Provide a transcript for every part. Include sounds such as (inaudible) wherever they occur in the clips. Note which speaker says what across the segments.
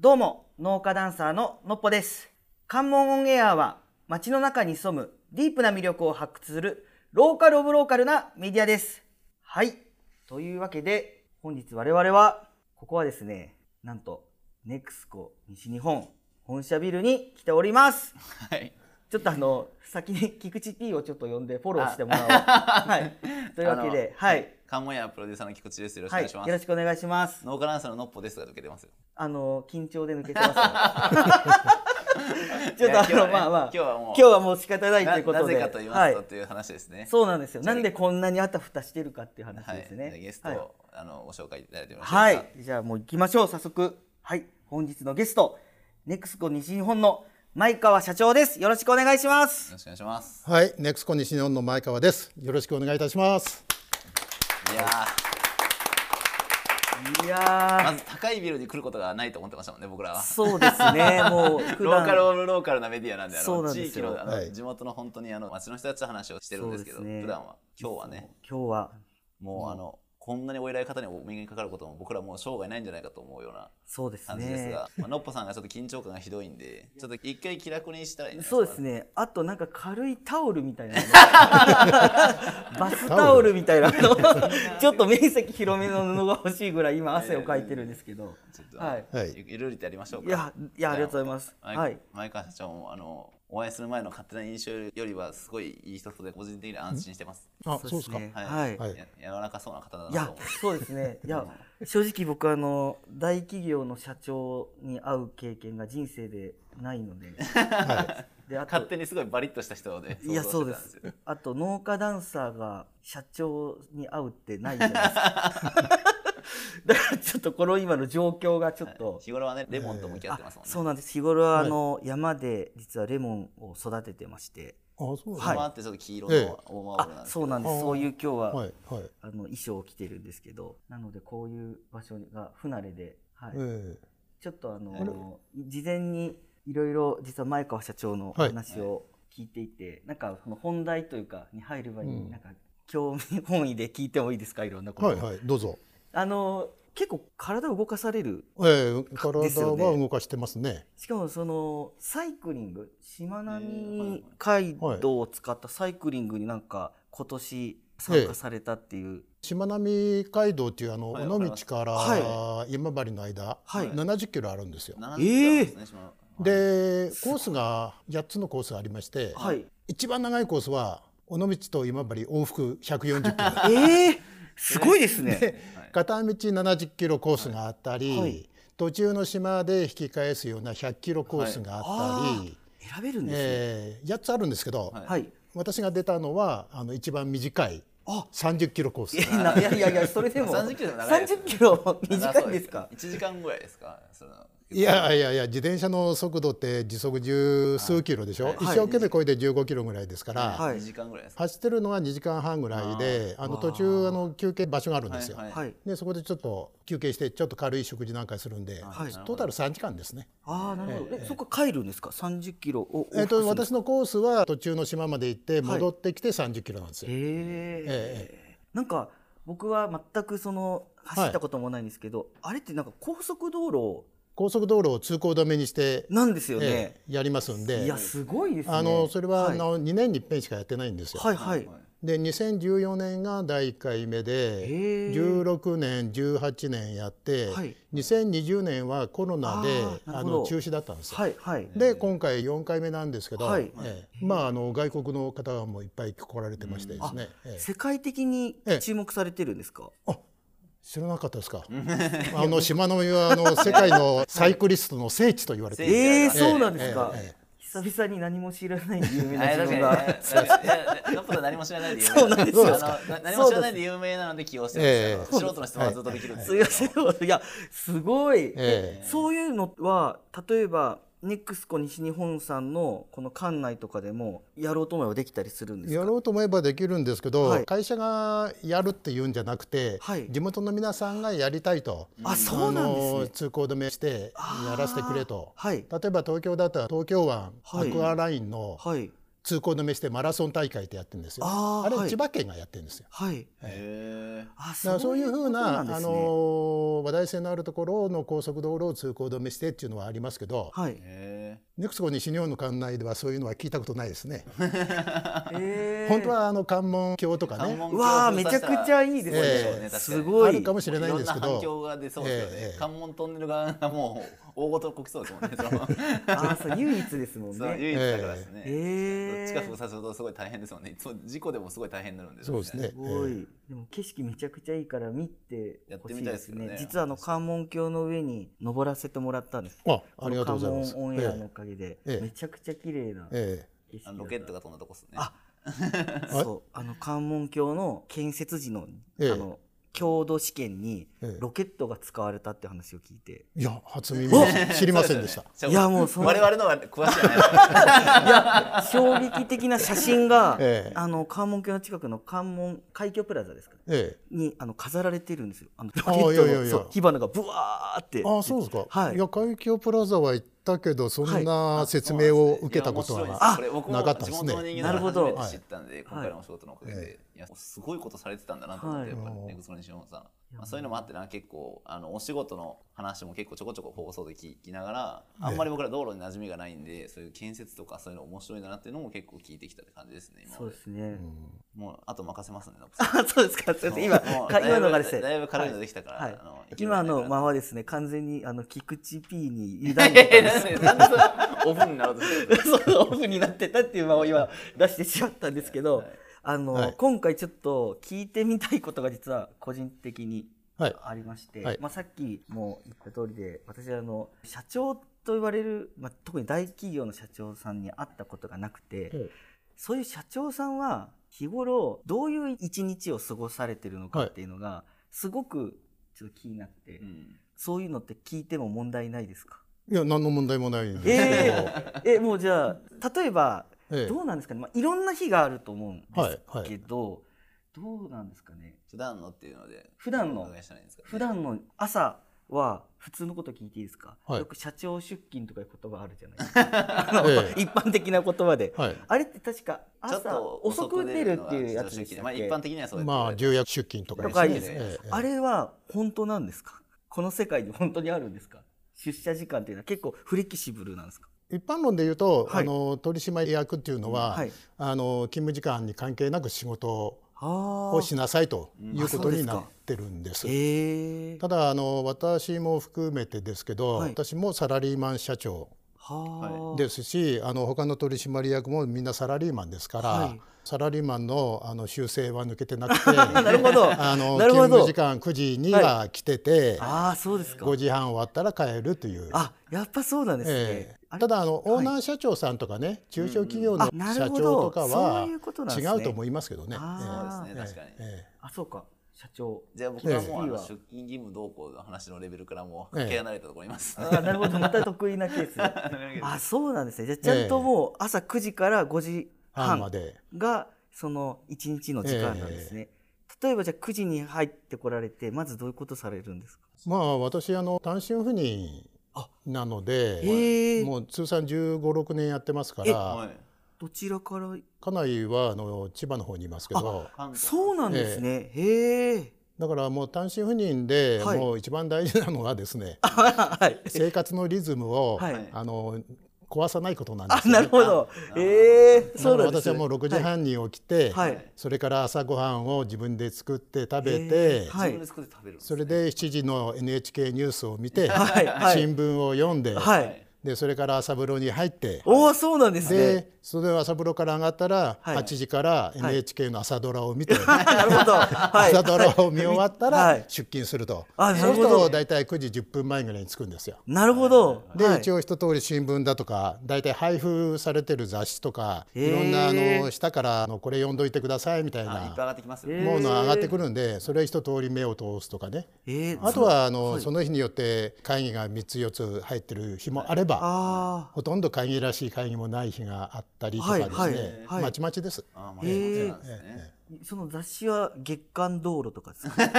Speaker 1: どうも、農家ダンサーののっぽです。関門オンエアは、街の中に潜むディープな魅力を発掘する、ローカルオブローカルなメディアです。はい。というわけで、本日我々は、ここはですね、なんと、ネクスコ西日本本社ビルに来ております。
Speaker 2: はい。
Speaker 1: ちょっとあの、先に菊池 P をちょっと呼んでフォローして
Speaker 2: (laughs)
Speaker 1: もらおう。はい。 (laughs) というわけで、
Speaker 2: あの
Speaker 1: はい。。
Speaker 2: カモヤプロデューサーの菊池です。よろしくお
Speaker 1: は
Speaker 2: 願
Speaker 1: い。
Speaker 2: いしま
Speaker 1: よ
Speaker 2: す。
Speaker 1: ろしくお願いします。
Speaker 2: 農家ダンサーののっぽですが抜けてますよ。
Speaker 1: あの、緊張で抜けて
Speaker 2: (laughs)
Speaker 1: ます。ちょっとあ
Speaker 2: いや今日は
Speaker 1: の、
Speaker 2: ね
Speaker 1: まあまあ、
Speaker 2: 今日はもう
Speaker 1: 今日はもう仕方ないという
Speaker 2: な
Speaker 1: こと
Speaker 2: な
Speaker 1: で。
Speaker 2: ぜかと言いますと
Speaker 1: は
Speaker 2: という話ですね
Speaker 1: い。。そうなんですよ。
Speaker 2: じゃ
Speaker 1: な
Speaker 2: あ
Speaker 1: んでこんなにあたふたしてるかっていう話
Speaker 2: は
Speaker 1: で
Speaker 2: い
Speaker 1: す。
Speaker 2: じゃあ
Speaker 1: ね。
Speaker 2: ゲストをあのご紹介いただいてもよろしい
Speaker 1: は
Speaker 2: ですか。
Speaker 1: い。じゃあもう行きましょう、早速。はい。本日のゲスト、ネクスコ西日本の前川社長です。よろしくお願いします
Speaker 2: よ。ろしくお願いします。
Speaker 3: はい、ネクスコ西日本の前川です。よろしくお願いいたします。
Speaker 2: いや
Speaker 1: いや
Speaker 2: ー
Speaker 1: ー
Speaker 2: まず高いビルに来ることがないと思ってましたもんね僕らは。
Speaker 1: そうですね、も
Speaker 2: (laughs)
Speaker 1: う普
Speaker 2: ローカル
Speaker 1: 段
Speaker 2: オブローカルなメディアなんで、あ
Speaker 1: そう
Speaker 2: の
Speaker 1: なん
Speaker 2: 地
Speaker 1: です
Speaker 2: 域
Speaker 1: よ
Speaker 2: のあの、
Speaker 3: はい
Speaker 2: 地元の本当にあの町の人たちと話をしてるんですけど、
Speaker 1: そうですね
Speaker 2: 普段は今日はね、
Speaker 1: 今日は
Speaker 2: もうあのこんなにお依頼方にお目にかかることも僕らもう生涯ないんじゃないかと思うような
Speaker 1: そうです
Speaker 2: 感じです
Speaker 1: ね
Speaker 2: が、。まあ、のっぽさんがちょっと緊張感がひどいんで、ちょっと一回気楽にしたらいいんじゃ
Speaker 1: そ
Speaker 2: な
Speaker 1: う
Speaker 2: い
Speaker 1: です
Speaker 2: か。
Speaker 1: ね。あとなんか軽いタオルみた (laughs) いなの。バスタオルみたいなの。 (laughs) ちょっと面積広めの布が欲しいぐらい今汗をかいてるんですけど。
Speaker 2: ちょっと、
Speaker 1: は
Speaker 2: はいい、
Speaker 3: はい
Speaker 2: ゆるりとやりましょうか。
Speaker 1: いや、いや、ありがとうございます。
Speaker 2: 前
Speaker 1: はい。
Speaker 2: 前川社長もあのお会いする前の勝手な印象よりはすごいいい人そうで個人的に安心してます。
Speaker 3: あ、そうですか。
Speaker 1: ね
Speaker 2: はい。
Speaker 1: はい
Speaker 2: や柔らかそうな方だ
Speaker 1: い
Speaker 2: なと
Speaker 1: や
Speaker 2: 思う。、
Speaker 1: そうです (laughs) ね。いや、正直僕あの、大企業の社長に会う経験が人生でないので。で、あと
Speaker 2: 勝手にすごいバリッとした人で
Speaker 1: いや
Speaker 2: 想
Speaker 1: そう
Speaker 2: 像
Speaker 1: で
Speaker 2: してたん
Speaker 1: すあと農家ダンサーが社長に会うってないじゃないですか (laughs) だからちょっとこの今の状況がちょっと、
Speaker 2: よ日頃はねレモンと向き合ってますもんね。
Speaker 1: そうなんです日頃はあの、山で実はレモンを育ててまして
Speaker 3: あ、そうで
Speaker 2: は
Speaker 3: すか。
Speaker 2: い。
Speaker 3: は
Speaker 2: ってちょっと黄色
Speaker 3: ええ
Speaker 2: のオーマールなん
Speaker 1: あ
Speaker 2: ですけ
Speaker 1: そう
Speaker 2: ど。
Speaker 1: なんです
Speaker 3: あー
Speaker 1: そういう今日は、
Speaker 3: い、はい、
Speaker 1: あの衣装を着てるんですけどなのでこういう場所が不慣れで、はい
Speaker 3: え
Speaker 1: ちょっとあの、
Speaker 2: あれ
Speaker 1: 事前にいろいろ実は前川社長のお
Speaker 3: はい
Speaker 1: 話を聞いていて、なんかその本題というかに入る前に、
Speaker 3: うん
Speaker 1: なんか興味本位で聞いてもいいですかいろんな
Speaker 3: え
Speaker 1: ことを、
Speaker 3: はい、はい、どうぞ。
Speaker 1: あの結構体を動かされる
Speaker 3: ええ体
Speaker 1: ですよ
Speaker 3: は
Speaker 1: ね
Speaker 3: 動かしてますね。
Speaker 1: しかもそのサイクリングしまな
Speaker 2: えーはいはい
Speaker 1: み海道を使ったサイクリングになんか今年参加されたっていう、
Speaker 3: しまなみ海道っていうあの、
Speaker 2: はい
Speaker 3: 尾道から、
Speaker 1: は
Speaker 3: 今治の間、
Speaker 1: はい
Speaker 3: 70キロあるんですよ。
Speaker 2: なん
Speaker 1: ええ
Speaker 2: ですねその
Speaker 3: で、コースが8つのコースありまして、
Speaker 1: はい
Speaker 3: 一番長いコースは尾道と今治往復140キロ。
Speaker 1: えー、すごいですね
Speaker 2: はい
Speaker 3: 片道70キロコースがあったり、
Speaker 1: はい
Speaker 3: 途中の島で引き返すような100キロコースがあったり、
Speaker 1: 選べるんですね、
Speaker 3: えー8つあるんですけど、
Speaker 2: はい
Speaker 1: はい
Speaker 3: 私が出たのはあの一番短い
Speaker 1: あ
Speaker 3: 30キロコース
Speaker 1: い。やないやいやいやそれでも
Speaker 2: 30キロでも長いですね
Speaker 1: 30キロ短いですか
Speaker 2: 一時間ぐらいですか。その
Speaker 3: いやいやいや自転車の速度って時速十数キロでしょ、
Speaker 2: はい
Speaker 3: 一生懸命こいで15キロぐらいですから、
Speaker 1: はい
Speaker 2: 二時間ぐらいですか。
Speaker 3: 走ってるのが2時間半ぐらいであの途中あの休憩場所があるんですよ、
Speaker 2: はい
Speaker 1: はい
Speaker 3: でそこでちょっと休憩してちょっと軽い食事なんかするんで、
Speaker 1: はい
Speaker 3: トータル3時間ですね。
Speaker 1: ああなるほどえそこから帰るんですか30キロを
Speaker 3: えっと、
Speaker 1: 往復す
Speaker 3: 私のコースは途中の島まで行って戻ってきて30キロなんですよ。
Speaker 1: るへえなんか僕は全くその走ったこともないんですけど、あれってなんか高速道路
Speaker 3: 高速道路を通行止めにして、
Speaker 1: なんですよ
Speaker 3: え
Speaker 1: ね、
Speaker 3: えやりますんで
Speaker 1: いやすごいですね
Speaker 3: あのそれは、
Speaker 1: はい
Speaker 3: あの2年に1遍しかやってないんですよ。
Speaker 1: はいはい、
Speaker 3: で2014年が第1回目で
Speaker 1: へえ
Speaker 3: 16年18年やって、
Speaker 1: はい
Speaker 3: 2020年はコロナで
Speaker 1: あー
Speaker 3: あ
Speaker 1: なるほど
Speaker 3: の中止だったんですよ。
Speaker 1: はいはい
Speaker 3: で今回4回目なんですけど、
Speaker 1: はい
Speaker 3: ええまああの外国の方がもういっぱい来られてましてですね、ええ
Speaker 1: 世界的に注目されてるんですか、
Speaker 3: 知らなかっ
Speaker 1: (laughs)
Speaker 3: たですか。あの島の湯はあの世界のサイクリストの聖地と言われている。
Speaker 1: ええ
Speaker 2: ええ
Speaker 1: そうなんですか、
Speaker 3: えええ
Speaker 1: 久々に何も知らない有名
Speaker 2: あ
Speaker 3: (laughs)
Speaker 1: な
Speaker 2: れ
Speaker 1: 自
Speaker 2: 確か
Speaker 1: 分
Speaker 2: に
Speaker 1: が
Speaker 2: ね、 (laughs) なんかいやのっぽさん何も知らないで有名
Speaker 1: そうなんですよ
Speaker 2: あのな何も知らないで有名なので起用してるんですけど、素人の人はずっとできるんです
Speaker 1: す
Speaker 2: け
Speaker 1: いま
Speaker 2: ど
Speaker 1: せんいやすごい、
Speaker 3: ええ
Speaker 1: そういうのは例えばネクスコ西日本さんのこの館内とかでもやろうと思えばできたりするんです
Speaker 3: や
Speaker 1: か
Speaker 3: ろうと思えばできるんですけど、
Speaker 1: はい
Speaker 3: 会社がやるっていうんじゃなくて、
Speaker 1: はい
Speaker 3: 地元の皆さんがやりたいと、
Speaker 1: あそうなんです
Speaker 3: あ
Speaker 1: ね
Speaker 3: の通行止めしてやらせてくれと、
Speaker 1: はい
Speaker 3: 例えば東京だったら東京湾、
Speaker 1: はい
Speaker 3: アクアラインの
Speaker 1: はい
Speaker 3: 通行止めしてマラソン大会ってやってるんですよ。
Speaker 1: あー
Speaker 3: れ、
Speaker 1: はい
Speaker 3: 千葉県がやってるんですよ。
Speaker 1: はい。
Speaker 2: へえ
Speaker 1: あ、
Speaker 3: だからそういうふうな
Speaker 1: こと
Speaker 3: あ
Speaker 1: んですね
Speaker 3: の話題性のあるところの高速道路を通行止めしてっていうのはありますけど、
Speaker 1: はい。
Speaker 2: へ
Speaker 3: ネクスコ西日本の管内ではそういうのは聞いたことないですね。
Speaker 1: えー
Speaker 3: 本当はあの関門橋とか
Speaker 2: え
Speaker 3: ね、
Speaker 1: うわーめちゃくちゃいいですね。
Speaker 3: ええ
Speaker 1: す
Speaker 2: い
Speaker 1: ご
Speaker 3: あ
Speaker 1: い。
Speaker 3: るかもしれないんです
Speaker 2: ろ
Speaker 3: け
Speaker 2: んな
Speaker 3: ど
Speaker 2: 反、響が出そうですよね、
Speaker 3: ええ
Speaker 2: 関門トンネル側がもう大ごとこきそうですもんねその
Speaker 1: (laughs) あー、そう唯一ですもん
Speaker 2: そう
Speaker 1: ね。
Speaker 2: 唯一だからですね、ど
Speaker 1: え
Speaker 2: っ
Speaker 1: え
Speaker 2: ちか封鎖するとすごい大変ですもんねいつも事故でもすごい大変になるんです
Speaker 3: そうですね
Speaker 1: す。ごい。でも景色めちゃくちゃいいから見て
Speaker 2: やっ
Speaker 1: ほ
Speaker 2: て
Speaker 1: し
Speaker 2: み
Speaker 1: い
Speaker 2: たい
Speaker 1: で
Speaker 2: ですすよね
Speaker 1: ね。実はあの関門橋の上に登らせてもらったんです。
Speaker 3: ええあ、ありがとうございま
Speaker 1: この関
Speaker 3: す。
Speaker 1: 門オンエアのお
Speaker 3: え
Speaker 1: かげで、
Speaker 3: ええ
Speaker 1: めちゃくちゃ綺麗な
Speaker 3: えええ
Speaker 1: 景色だ
Speaker 2: あ
Speaker 1: った
Speaker 2: のロケットが飛んだとこっすね
Speaker 1: あそうあの関門橋の建設時の,、
Speaker 3: ええ
Speaker 1: あの郷土試験に
Speaker 3: ええ
Speaker 1: ロケットが使われたって話を聞いて、
Speaker 3: いや、初
Speaker 1: (laughs)
Speaker 3: 耳です知りませんでした。
Speaker 2: そうすよね
Speaker 1: いやもうそんな
Speaker 2: 我々のは詳しいじゃないですから
Speaker 1: 衝撃的な写真が、
Speaker 3: (laughs) ええ
Speaker 1: あの関門橋の近くの関門海峡プラザですかね
Speaker 3: え
Speaker 1: にあの飾られてるんですよあのロケ
Speaker 3: あ
Speaker 1: ット
Speaker 3: いやいやい
Speaker 1: の
Speaker 3: や
Speaker 1: そう火花がブワーって
Speaker 3: え、あ、そうですか。
Speaker 1: はい
Speaker 3: いや、海峡プラザは行ったけど、そんな説明を受けたことは
Speaker 2: あ
Speaker 1: あ
Speaker 2: これ僕も
Speaker 3: なかったですね
Speaker 2: 地元の人間
Speaker 1: なるほ
Speaker 2: 初
Speaker 1: ど
Speaker 2: めて知ったんで、今回のお仕事のおかげで、
Speaker 3: はい
Speaker 2: い、やすごいことされてたんだなと思って、
Speaker 1: はい
Speaker 2: やっぱりネクストの西本さん、まあ、そういうのもあってな結構あのお仕事の話も結構ちょこちょこ放送で聞きながらあんまり僕ら道路に馴染みがないんでそういう建設とかそういうの面白いんだなっていうのも結構聞いてきたって感じですね今
Speaker 1: そう
Speaker 2: ま
Speaker 1: で
Speaker 2: です
Speaker 1: ね、
Speaker 2: もうあと任せますねノブさん
Speaker 1: あ (laughs) そうですかすいません今
Speaker 2: もう
Speaker 1: か今のがです
Speaker 2: だいぶだい
Speaker 1: ね
Speaker 2: ぶ軽いのできたから、
Speaker 1: はい
Speaker 2: あのいけるんじゃ
Speaker 1: 今
Speaker 2: ないかな
Speaker 1: の間はですね完全にあの菊池 P に委ねてたん
Speaker 2: (laughs) え
Speaker 1: です
Speaker 2: なんでなんでそれオフになろうとしてるんですか
Speaker 1: そうオフになってたっていう間を今出してしまったんですけど、
Speaker 2: はい
Speaker 1: あの、
Speaker 3: はい
Speaker 1: 今回ちょっと聞いてみたいことが実は個人的に
Speaker 3: はい
Speaker 1: ありまして、
Speaker 3: はい
Speaker 1: まあ、さっきも言った通りで私はあの社長と言われる、まあ、特に大企業の社長さんに会ったことがなくて、
Speaker 3: うん
Speaker 1: そういう社長さんは日頃どういう一日を過ごされてるのかっていうのがすごくちょっと気になって、
Speaker 2: うん
Speaker 1: そういうのって聞いても問題ないですか
Speaker 3: いや、何の問題もないんですけど。
Speaker 1: えー、えもうじゃあ (laughs) 例えば
Speaker 3: ええ
Speaker 1: どうなんですかね、まあ、いろんな日があると思うんです
Speaker 3: はいは
Speaker 1: け
Speaker 3: い
Speaker 1: ど、どうなんですかね
Speaker 2: 普段のっていうので
Speaker 1: 普段の
Speaker 2: お伺いしたらいいんですかね
Speaker 1: 普段の朝は普通のこと聞いていいですか、
Speaker 3: はい
Speaker 1: よく社長出勤とかいう言葉あるじゃないです (laughs) かあの
Speaker 3: ええ
Speaker 1: 一般的な言葉で、
Speaker 3: はい。
Speaker 1: あれって確か朝遅く出るっていうやつで
Speaker 2: で
Speaker 1: した
Speaker 2: まあ
Speaker 1: っ
Speaker 2: 一
Speaker 1: け、
Speaker 2: 般的にはそうです
Speaker 3: まあ、重役出勤とか
Speaker 1: とかいい
Speaker 3: で
Speaker 1: ですす
Speaker 3: ね。
Speaker 1: ね、
Speaker 3: ええ
Speaker 1: あれは本当なんですかこの世界に本当にあるんですか出社時間っていうのは結構フレキシブルなんですか
Speaker 3: 一般論で言うと、
Speaker 1: はい
Speaker 3: あの取締役っていうのは、
Speaker 1: はい
Speaker 3: あの勤務時間に関係なく仕事
Speaker 1: あ
Speaker 3: をしなさいとい
Speaker 1: あ
Speaker 3: うこと
Speaker 1: そうです
Speaker 3: に
Speaker 1: か
Speaker 3: なってるんです。
Speaker 1: ええ
Speaker 3: ただあの私も含めてですけど、
Speaker 1: はい
Speaker 3: 私もサラリーマン社長
Speaker 1: はあ
Speaker 3: ですしあの他の取締役もみんなサラリーマンですから、
Speaker 1: はい
Speaker 3: サラリーマンのあの修正は抜けてなく
Speaker 1: (laughs)
Speaker 3: て
Speaker 1: なるほ
Speaker 3: (laughs)
Speaker 1: ど。
Speaker 3: あの
Speaker 1: な
Speaker 3: 勤
Speaker 1: るほ
Speaker 3: 務
Speaker 1: ど
Speaker 3: 時。間9時には来てて、
Speaker 1: ああ、そうですか。
Speaker 3: 5時半終わったら帰るという。
Speaker 1: あ、やっぱそうなんですね。
Speaker 3: ええ
Speaker 1: あれ
Speaker 3: ただあの
Speaker 1: い
Speaker 3: オーナー社長さんとかね、中小企業の
Speaker 1: あなる
Speaker 3: 社
Speaker 1: ほど
Speaker 3: 長とか
Speaker 1: そ
Speaker 3: は
Speaker 1: ういうことなんですね
Speaker 3: 違うと思いますけどね。
Speaker 1: あー
Speaker 2: そうですね確かに、
Speaker 3: ええ
Speaker 1: あ、そうか。社長。
Speaker 2: じゃあ僕はもうあ
Speaker 1: ええ
Speaker 2: の出勤義務同行の話のレベルからもう
Speaker 3: ええ
Speaker 2: かけ離れたところにいます、
Speaker 1: あ、なるほど。また得意なケー
Speaker 3: (laughs)
Speaker 1: ス。あ、そうなんですね。じゃあちゃんともう朝9時から5時
Speaker 3: 半
Speaker 1: 半
Speaker 3: まで。
Speaker 1: がその一日の時間なんですね。例えばじゃあ9時に入ってこられて、まずどういうことされるんですか。
Speaker 3: まあ私あの単身赴任
Speaker 1: あ
Speaker 3: なので、
Speaker 1: へえ
Speaker 3: もう通算15、6年やってますから、
Speaker 2: はい
Speaker 1: どちらから。
Speaker 3: 家内はあの千葉の方にいますけど、
Speaker 2: 関東
Speaker 1: そうなんですね。へえ。
Speaker 3: だからもう単身赴任で、
Speaker 1: はい
Speaker 3: もう一番大事なのはですね、
Speaker 1: はい。
Speaker 3: 生活のリズムを
Speaker 1: はい
Speaker 3: あの壊さないことなんで
Speaker 1: あ、(laughs)
Speaker 3: す
Speaker 1: な
Speaker 3: よ
Speaker 1: る
Speaker 3: ね。
Speaker 1: ほど。ええ。
Speaker 3: だか
Speaker 1: そう
Speaker 3: ら
Speaker 1: なんですね。
Speaker 3: 私はもう6時半に起きて、
Speaker 1: はい。はい
Speaker 3: それから朝ごはんを自分で作って食べて、
Speaker 1: えーはい
Speaker 2: 自分で作って食べるんです
Speaker 3: そ
Speaker 2: ね
Speaker 3: れで7時の NHK ニュースを見て、
Speaker 1: はいはい
Speaker 3: 新聞を読んで,、
Speaker 1: はい。
Speaker 3: でそれから朝風呂に入って、
Speaker 1: おお、そうなんですね。
Speaker 3: でそれで朝風呂から上がったら、
Speaker 1: はい
Speaker 3: 8時から NHK の朝ドラを見て、
Speaker 1: なるほど。はい。
Speaker 3: 朝ドラを見終わった
Speaker 1: は
Speaker 3: ら
Speaker 1: い
Speaker 3: 出勤すると、
Speaker 1: あな
Speaker 3: そ
Speaker 1: る
Speaker 3: う
Speaker 1: ほ
Speaker 3: す
Speaker 1: ど
Speaker 3: ると大体9時10分前ぐらいに着くんですよ。
Speaker 1: なるほど。
Speaker 3: で、
Speaker 1: はい
Speaker 3: 一応一通り新聞だとか大体配布されてる雑誌とか
Speaker 1: へー
Speaker 3: いろんなあの下からあのこれ読んどいてくださいみたい
Speaker 2: あいっぱい
Speaker 3: な
Speaker 2: 上がってきますよね、
Speaker 1: え
Speaker 3: ものが上がってくるんでそれ一通り目を通すとかね
Speaker 1: えー
Speaker 3: あとはあの、その日によって会議が3つ4つ入ってる日もあれば
Speaker 1: あ
Speaker 3: ほとんど会議らしい会議もない日があったりとかですね、
Speaker 1: はいはいはい
Speaker 3: まちまちです。
Speaker 2: あまあそうなんですね、
Speaker 3: え
Speaker 1: その雑誌は月刊道路とかですか
Speaker 3: (laughs)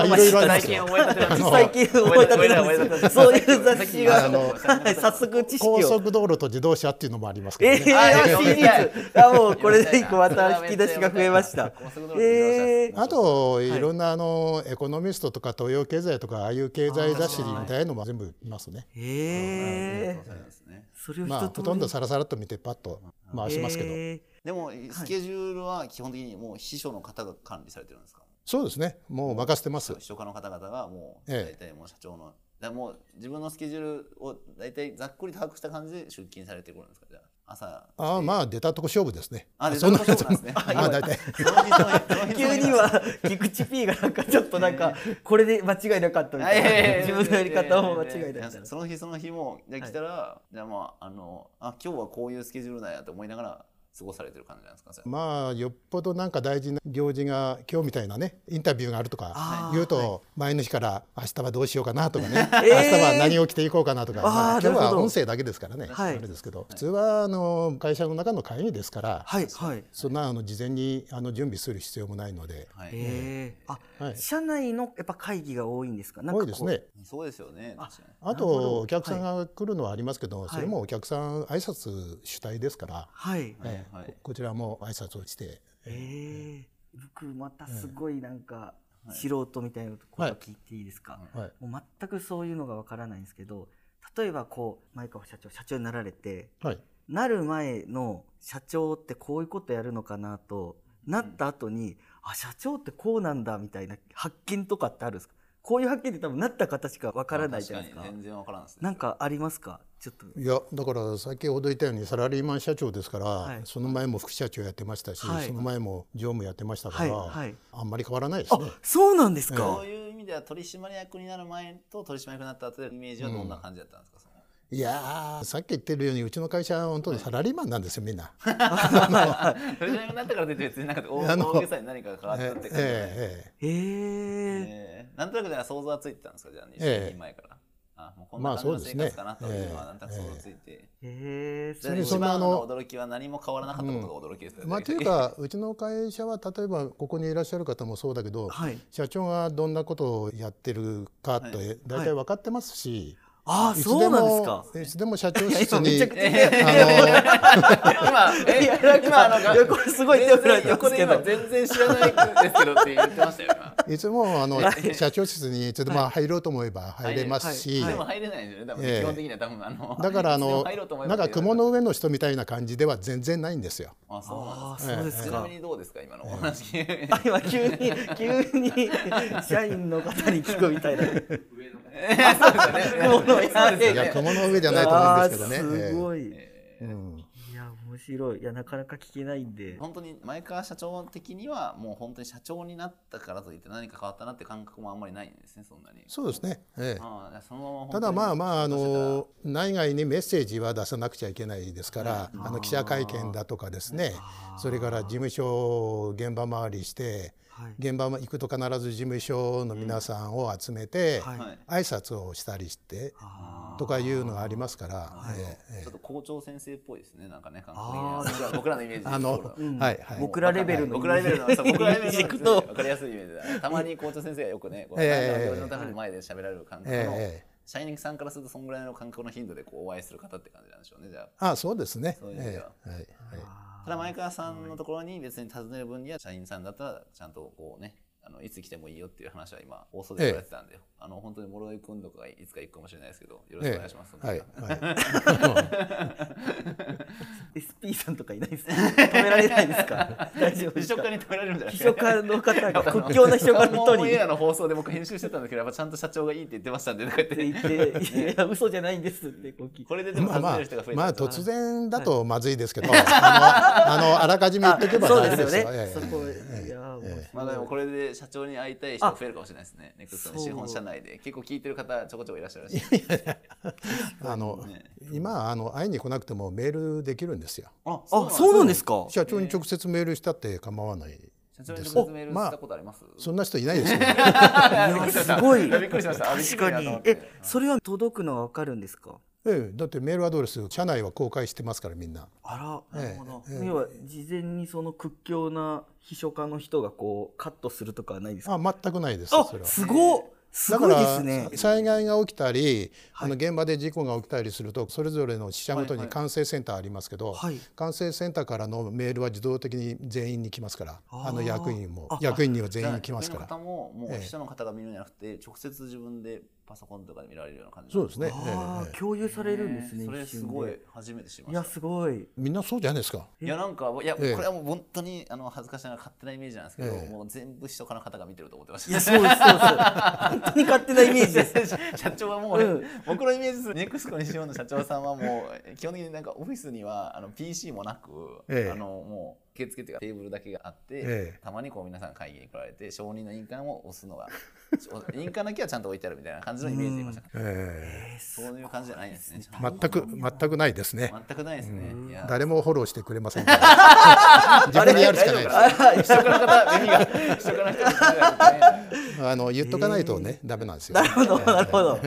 Speaker 3: あいろいろありま
Speaker 2: 最
Speaker 3: す
Speaker 2: 近
Speaker 3: よ。
Speaker 2: 覚えたてなんです
Speaker 1: 最近覚えたてなんですよそういう雑誌が
Speaker 3: あの
Speaker 1: はい早速知識
Speaker 3: 高
Speaker 1: を
Speaker 3: 速道路と自動車っていうのもありますけ
Speaker 1: え
Speaker 3: どね。
Speaker 1: えー、
Speaker 2: 読
Speaker 1: 真
Speaker 2: みたい
Speaker 1: 実あもう (laughs) これで一個また引き出しが増えましたえー
Speaker 3: あといろんなあのエコノミストとか東洋経済とかああいう経済雑誌みたいなのも全部いますね。
Speaker 1: えー、それを一通り、
Speaker 3: まあほとんどさらさらっと見てパッと回しますけど、
Speaker 1: え
Speaker 2: でもスケジュールは基本的にもう秘書の方が管理されてるんですか
Speaker 3: そうですね。もう任せてます
Speaker 2: 秘。書課の方々がもう大
Speaker 3: ええ
Speaker 2: 体もう社長の、だからもう自分のスケジュールを大体ざっくり把握した感じで出勤されてくるんですかじゃあ朝
Speaker 3: ああまあ出たとこ勝負ですね。
Speaker 2: あで
Speaker 3: (laughs) そんな
Speaker 2: そうなんですね
Speaker 3: まあ大体
Speaker 2: その日その日その
Speaker 1: ー (laughs)
Speaker 2: 日
Speaker 1: 急には菊池 P がなんかちょっとなんかこれで間違いなかったみたい
Speaker 2: いやいやい
Speaker 1: な
Speaker 2: や
Speaker 1: 自分のやり方も間違い
Speaker 2: い
Speaker 1: なか
Speaker 2: や
Speaker 1: った
Speaker 2: その日その日もで来たら、じゃあまああのあ今日はこういうスケジュールなんやって思いながら過ごされてる感じなんですかそれ
Speaker 3: まあよっぽどなんか大事な行事が今日みたいなねインタビューがあるとか
Speaker 1: あー
Speaker 3: 言うと前の日から明日はどうしようかなとかね明
Speaker 1: (laughs) え
Speaker 3: 日
Speaker 1: ー
Speaker 3: は何を着ていこうかなとか、ま
Speaker 1: あー
Speaker 3: あ今日
Speaker 1: なる
Speaker 3: は
Speaker 1: ほど
Speaker 3: 音声だけですからね、
Speaker 1: はい
Speaker 3: あれですけど普通はあの会社の中の会議ですから、
Speaker 1: はいはい
Speaker 3: そんなあの事前にあの準備する必要もないので、
Speaker 2: はい、
Speaker 1: えー、あ、
Speaker 3: はい
Speaker 1: 社内のやっぱ会議が多いんですかなんか
Speaker 3: 多
Speaker 1: こ
Speaker 3: いうですね。
Speaker 2: そうですよね確かに
Speaker 3: あ
Speaker 1: なるほど
Speaker 3: とお客さんが来るのはありますけど、
Speaker 1: い
Speaker 3: それもお客さん挨拶主体ですから、
Speaker 1: はい
Speaker 2: はい
Speaker 3: ええ
Speaker 2: はい
Speaker 3: ここちらも挨拶をして、
Speaker 1: えー、僕またすごいなんか素人みたいなこと
Speaker 3: はい
Speaker 1: 聞いていいですか、
Speaker 3: はい、
Speaker 1: もう全くそういうのがわからないんですけど例えばこう前川社長社長になられて
Speaker 3: はい、
Speaker 1: なる前の社長ってこういうことやるのかなとなった後に、あ社長ってこうなんだみたいな発見とかってあるんですかこういう発見って多分なった方しかわからないじゃないですか
Speaker 2: 確に全然わからんですね
Speaker 1: なんかありますかちょっと
Speaker 3: いやだから先ほど言ったようにサラリーマン社長ですから、
Speaker 1: はい
Speaker 3: その前も副社長やってましたし、
Speaker 1: はい
Speaker 3: その前も常務やってましたか
Speaker 1: はい
Speaker 3: ら、
Speaker 1: はい
Speaker 3: あんまり変わらないですね
Speaker 1: あ。そうなんですか、
Speaker 2: そういう意味では取締役になる前と取締役になった後でイメージはどんな感じだったんですか、
Speaker 1: (laughs)
Speaker 2: その
Speaker 3: いやーさっき言ってるようにうちの会社は本当にサラリーマンなんですよみんな。
Speaker 2: 取締役になったからといって別になんか大
Speaker 3: あの
Speaker 2: 大げさに何かが変わったって感じじゃないですか、
Speaker 3: え
Speaker 1: (laughs)
Speaker 3: ええ
Speaker 1: え
Speaker 2: え
Speaker 1: ー、
Speaker 2: ーなんとなくじゃあ想像はついてたんですかじゃあ
Speaker 3: ええ
Speaker 2: 2週前から、あもうこんな感じの生活かなというのはなんとなく想像ついて、
Speaker 1: えー、
Speaker 2: じゃあ
Speaker 3: ええ
Speaker 2: 一
Speaker 3: そんな
Speaker 2: 番
Speaker 3: あ
Speaker 2: の
Speaker 3: の
Speaker 2: 驚きは何も変わらなかったことが驚きですよ
Speaker 3: え
Speaker 2: ね。
Speaker 3: まあとい
Speaker 2: (laughs)
Speaker 3: うかうちの会社は例えばここにいらっしゃる方もそうだけど、
Speaker 1: はい
Speaker 3: 社長がどんなことをやってるかと
Speaker 2: は
Speaker 3: 大体分かってますし、
Speaker 1: ああ
Speaker 3: いつ
Speaker 1: そうなんですか
Speaker 3: もいつでも社長室
Speaker 1: 今めちゃく
Speaker 3: に
Speaker 1: ちゃ手
Speaker 3: あの
Speaker 2: 今、え
Speaker 1: いやなんか
Speaker 2: 今あのが
Speaker 1: 横すごい手を振
Speaker 3: (laughs)
Speaker 1: られてますけど
Speaker 2: 横で今全然知らないですけどって言ってましたよ今。
Speaker 3: いつもあの社長室にいつでも入ろうと思えば入れますし、
Speaker 2: でも入れないんですよね。多分、
Speaker 3: ええ
Speaker 2: 基本的には多分あの。
Speaker 3: だからあ
Speaker 2: いつでも
Speaker 3: の
Speaker 2: 入ろうと思え
Speaker 3: な
Speaker 2: ば
Speaker 3: んか雲の上の人みたいな感じでは全然ないんですよ。
Speaker 2: あ、そうなん
Speaker 1: あ
Speaker 2: で
Speaker 1: あそうですす
Speaker 2: ちな
Speaker 1: か
Speaker 2: みにどうですか
Speaker 3: (laughs)
Speaker 2: 今のお話聞いて。
Speaker 1: あ今急に
Speaker 2: (laughs)
Speaker 1: 急に社員の方に聞くみたいな上のそうですよね
Speaker 3: いや雲の上じゃないと思うんですけどね。
Speaker 1: あーすごい、
Speaker 2: え
Speaker 3: ええうん
Speaker 1: いや面白いいやなかなか聞けないんで
Speaker 2: え本当に前川社長的にはもう本当に社長になったからといって何か変わったなって感覚もあんまりないんですねそんなに。
Speaker 3: そうですね。ええ
Speaker 2: ああそのまま本当
Speaker 3: た
Speaker 2: に
Speaker 3: だまあまああ
Speaker 2: どうしてたら
Speaker 3: の内外にメッセージは出さなくちゃいけないですから、あの記者会見だとかですね、それから事務所を現場回りして、
Speaker 1: はい
Speaker 3: 現場も行くと必ず事務所の皆さんを集めて、
Speaker 1: はい
Speaker 2: はい
Speaker 3: 挨拶をしたりして
Speaker 1: あ
Speaker 3: とかいうのがありますから、ええ
Speaker 2: ちょっと校長先生っぽいですね、なんかね、感
Speaker 1: あー
Speaker 2: 覚的には僕らのイメージです
Speaker 3: あ
Speaker 2: 僕ら
Speaker 3: の、はいはい。
Speaker 1: 僕らレベルの
Speaker 2: 僕らレベルの、
Speaker 1: (laughs)
Speaker 2: そう僕らレベルの、
Speaker 1: い
Speaker 2: そう
Speaker 1: く
Speaker 2: ですねわ
Speaker 1: と
Speaker 2: かりやすいイメージだね。たまに校長先生がよくね、こう、
Speaker 3: ええ
Speaker 2: 何
Speaker 3: え
Speaker 2: か
Speaker 3: え
Speaker 2: 行事のために前で喋られる感覚
Speaker 3: え
Speaker 2: の
Speaker 3: え、
Speaker 2: 社員さんからするとそんぐらいの感覚の頻度でこうお会いする方って感じなんでしょうね、じゃあ。
Speaker 3: あ、そうですね。
Speaker 2: そういう意味で
Speaker 3: え
Speaker 2: は
Speaker 3: えはいはい。
Speaker 2: ただ前川さんのところに別に尋ねる分には、社員さんだったらちゃんとこうね、あのいつ来てもいいよっていう話は今、放送で言われてたんで、あの本当に諸井君とかがいつか行くかもしれないですけど、よろしくお願いします。 (laughs)
Speaker 3: はいはい。
Speaker 1: SP さんとかいないですか止められないですか
Speaker 2: (laughs)
Speaker 1: 大丈夫で
Speaker 2: 秘
Speaker 1: す
Speaker 2: 書
Speaker 1: か
Speaker 2: 家に止められるん (laughs) じゃない
Speaker 1: 秘
Speaker 2: ですか
Speaker 1: 書家の方が屈強な秘書家の
Speaker 2: も
Speaker 1: 人
Speaker 2: うオン
Speaker 1: に
Speaker 2: エアの放送で僕編集してたんですけどやっぱちゃんと社長がいいって言ってましたんでとか言っ
Speaker 1: って
Speaker 2: て
Speaker 1: 言って、いや、嘘じゃないんですって、こう聞いて。
Speaker 2: こ
Speaker 1: (laughs)
Speaker 2: れででも尋ね
Speaker 3: まあまあ
Speaker 2: る人が増え、
Speaker 3: まあ
Speaker 2: たんです
Speaker 3: 突然だとまずいですけど、あの、あ (laughs) のあらかじめ言っておけば
Speaker 1: そう
Speaker 3: 大
Speaker 1: で
Speaker 3: 丈夫
Speaker 1: すよ
Speaker 3: ですよ。
Speaker 1: ね。そ
Speaker 3: ええ
Speaker 1: こ、いや、もう。
Speaker 2: まあでもこれで社長に会いたい人が増えるかもしれないですねネクストの資本社内で結構聞いてる方ちょこちょこいらっしゃるらしい
Speaker 3: あの、今あの会いに来なくてもメールできるんですよ。
Speaker 2: あ
Speaker 1: あ、そうなんですか。
Speaker 3: 社長に直接メールしたって構わない。
Speaker 2: 社長に直接メールしたことあります
Speaker 3: そんな人いな
Speaker 1: (laughs)
Speaker 3: いですよ、ね。
Speaker 1: いや、すごい。
Speaker 2: (laughs) びっくりしましたあびっく
Speaker 1: 確
Speaker 2: りした
Speaker 1: か
Speaker 2: なと思
Speaker 1: に
Speaker 2: っ。て
Speaker 1: え、それは届くのはわかるんですか。
Speaker 3: ええ、だってメールアドレス社内は公開してますからみんな。
Speaker 1: あら、なるほど。
Speaker 3: ええええ
Speaker 1: 要は、事前にその屈強な秘書家の人がこう、カットするとかはないですか
Speaker 3: あ全くないです
Speaker 1: あ
Speaker 3: それは。
Speaker 1: すごっすごいです
Speaker 3: だ
Speaker 1: ね
Speaker 3: から。災害が起きたり、あの現場で事故が起きたりするとそれぞれの支社ごとに管制センターありますけど、
Speaker 1: はい
Speaker 3: 管制センターからのメールは自動的に全員に来ますから
Speaker 1: あー
Speaker 3: あの役員も
Speaker 1: あ
Speaker 3: 役員には全
Speaker 2: じゃ
Speaker 3: 員
Speaker 2: あ
Speaker 3: 来ますか
Speaker 2: 役員
Speaker 3: ら
Speaker 2: の方もも
Speaker 3: ええ
Speaker 2: う秘書の方が見るんじゃなくて、直接自分でパソコンとかで見られるような感じ
Speaker 3: そうですね
Speaker 1: あ
Speaker 3: え
Speaker 1: あ、
Speaker 3: え
Speaker 1: 共有されるんですね。
Speaker 2: それ
Speaker 1: 一瞬
Speaker 2: す
Speaker 1: で
Speaker 2: ごい。初めて知り
Speaker 1: い
Speaker 2: ま
Speaker 1: や、
Speaker 2: した
Speaker 1: すごい。
Speaker 3: みんなそうじゃないですか
Speaker 2: いやなんかいやこ
Speaker 3: え
Speaker 2: れ
Speaker 3: え
Speaker 2: はもう本当にあの恥ずかしながら勝手なイメージなんですけど、
Speaker 3: ええ
Speaker 2: もう全部秘書家の方が見てると思ってました
Speaker 1: いや、そうです、そうです。本当に勝手なイメージ
Speaker 2: (laughs)
Speaker 1: です。
Speaker 2: 社長はもう、
Speaker 1: うん
Speaker 2: 僕のイメージするネクスコ西日本の社長さんはもう基本的になんかオフィスにはあの PC もなく、
Speaker 3: ええ
Speaker 2: あのもう受付っていうかテーブルだけがあって、
Speaker 3: ええ
Speaker 2: たまにこう皆さん会議に来られて承認の印鑑を押すのが (laughs) 印鑑だけはちゃんと置いてあるみたいな感じのイメージでいました、
Speaker 3: え
Speaker 2: そういう感じじゃないんですね
Speaker 3: え全く全くないですね。
Speaker 2: 全くないですね、いや
Speaker 3: 誰もフォローしてくれませんから。
Speaker 1: (laughs)
Speaker 3: 自分でやるしかないです。
Speaker 2: 秘書家の方耳が秘書家の人に聞こえないですね
Speaker 3: あの言っとかないとね、ダメなんですよ
Speaker 1: な。るほど、 (laughs) なるほど。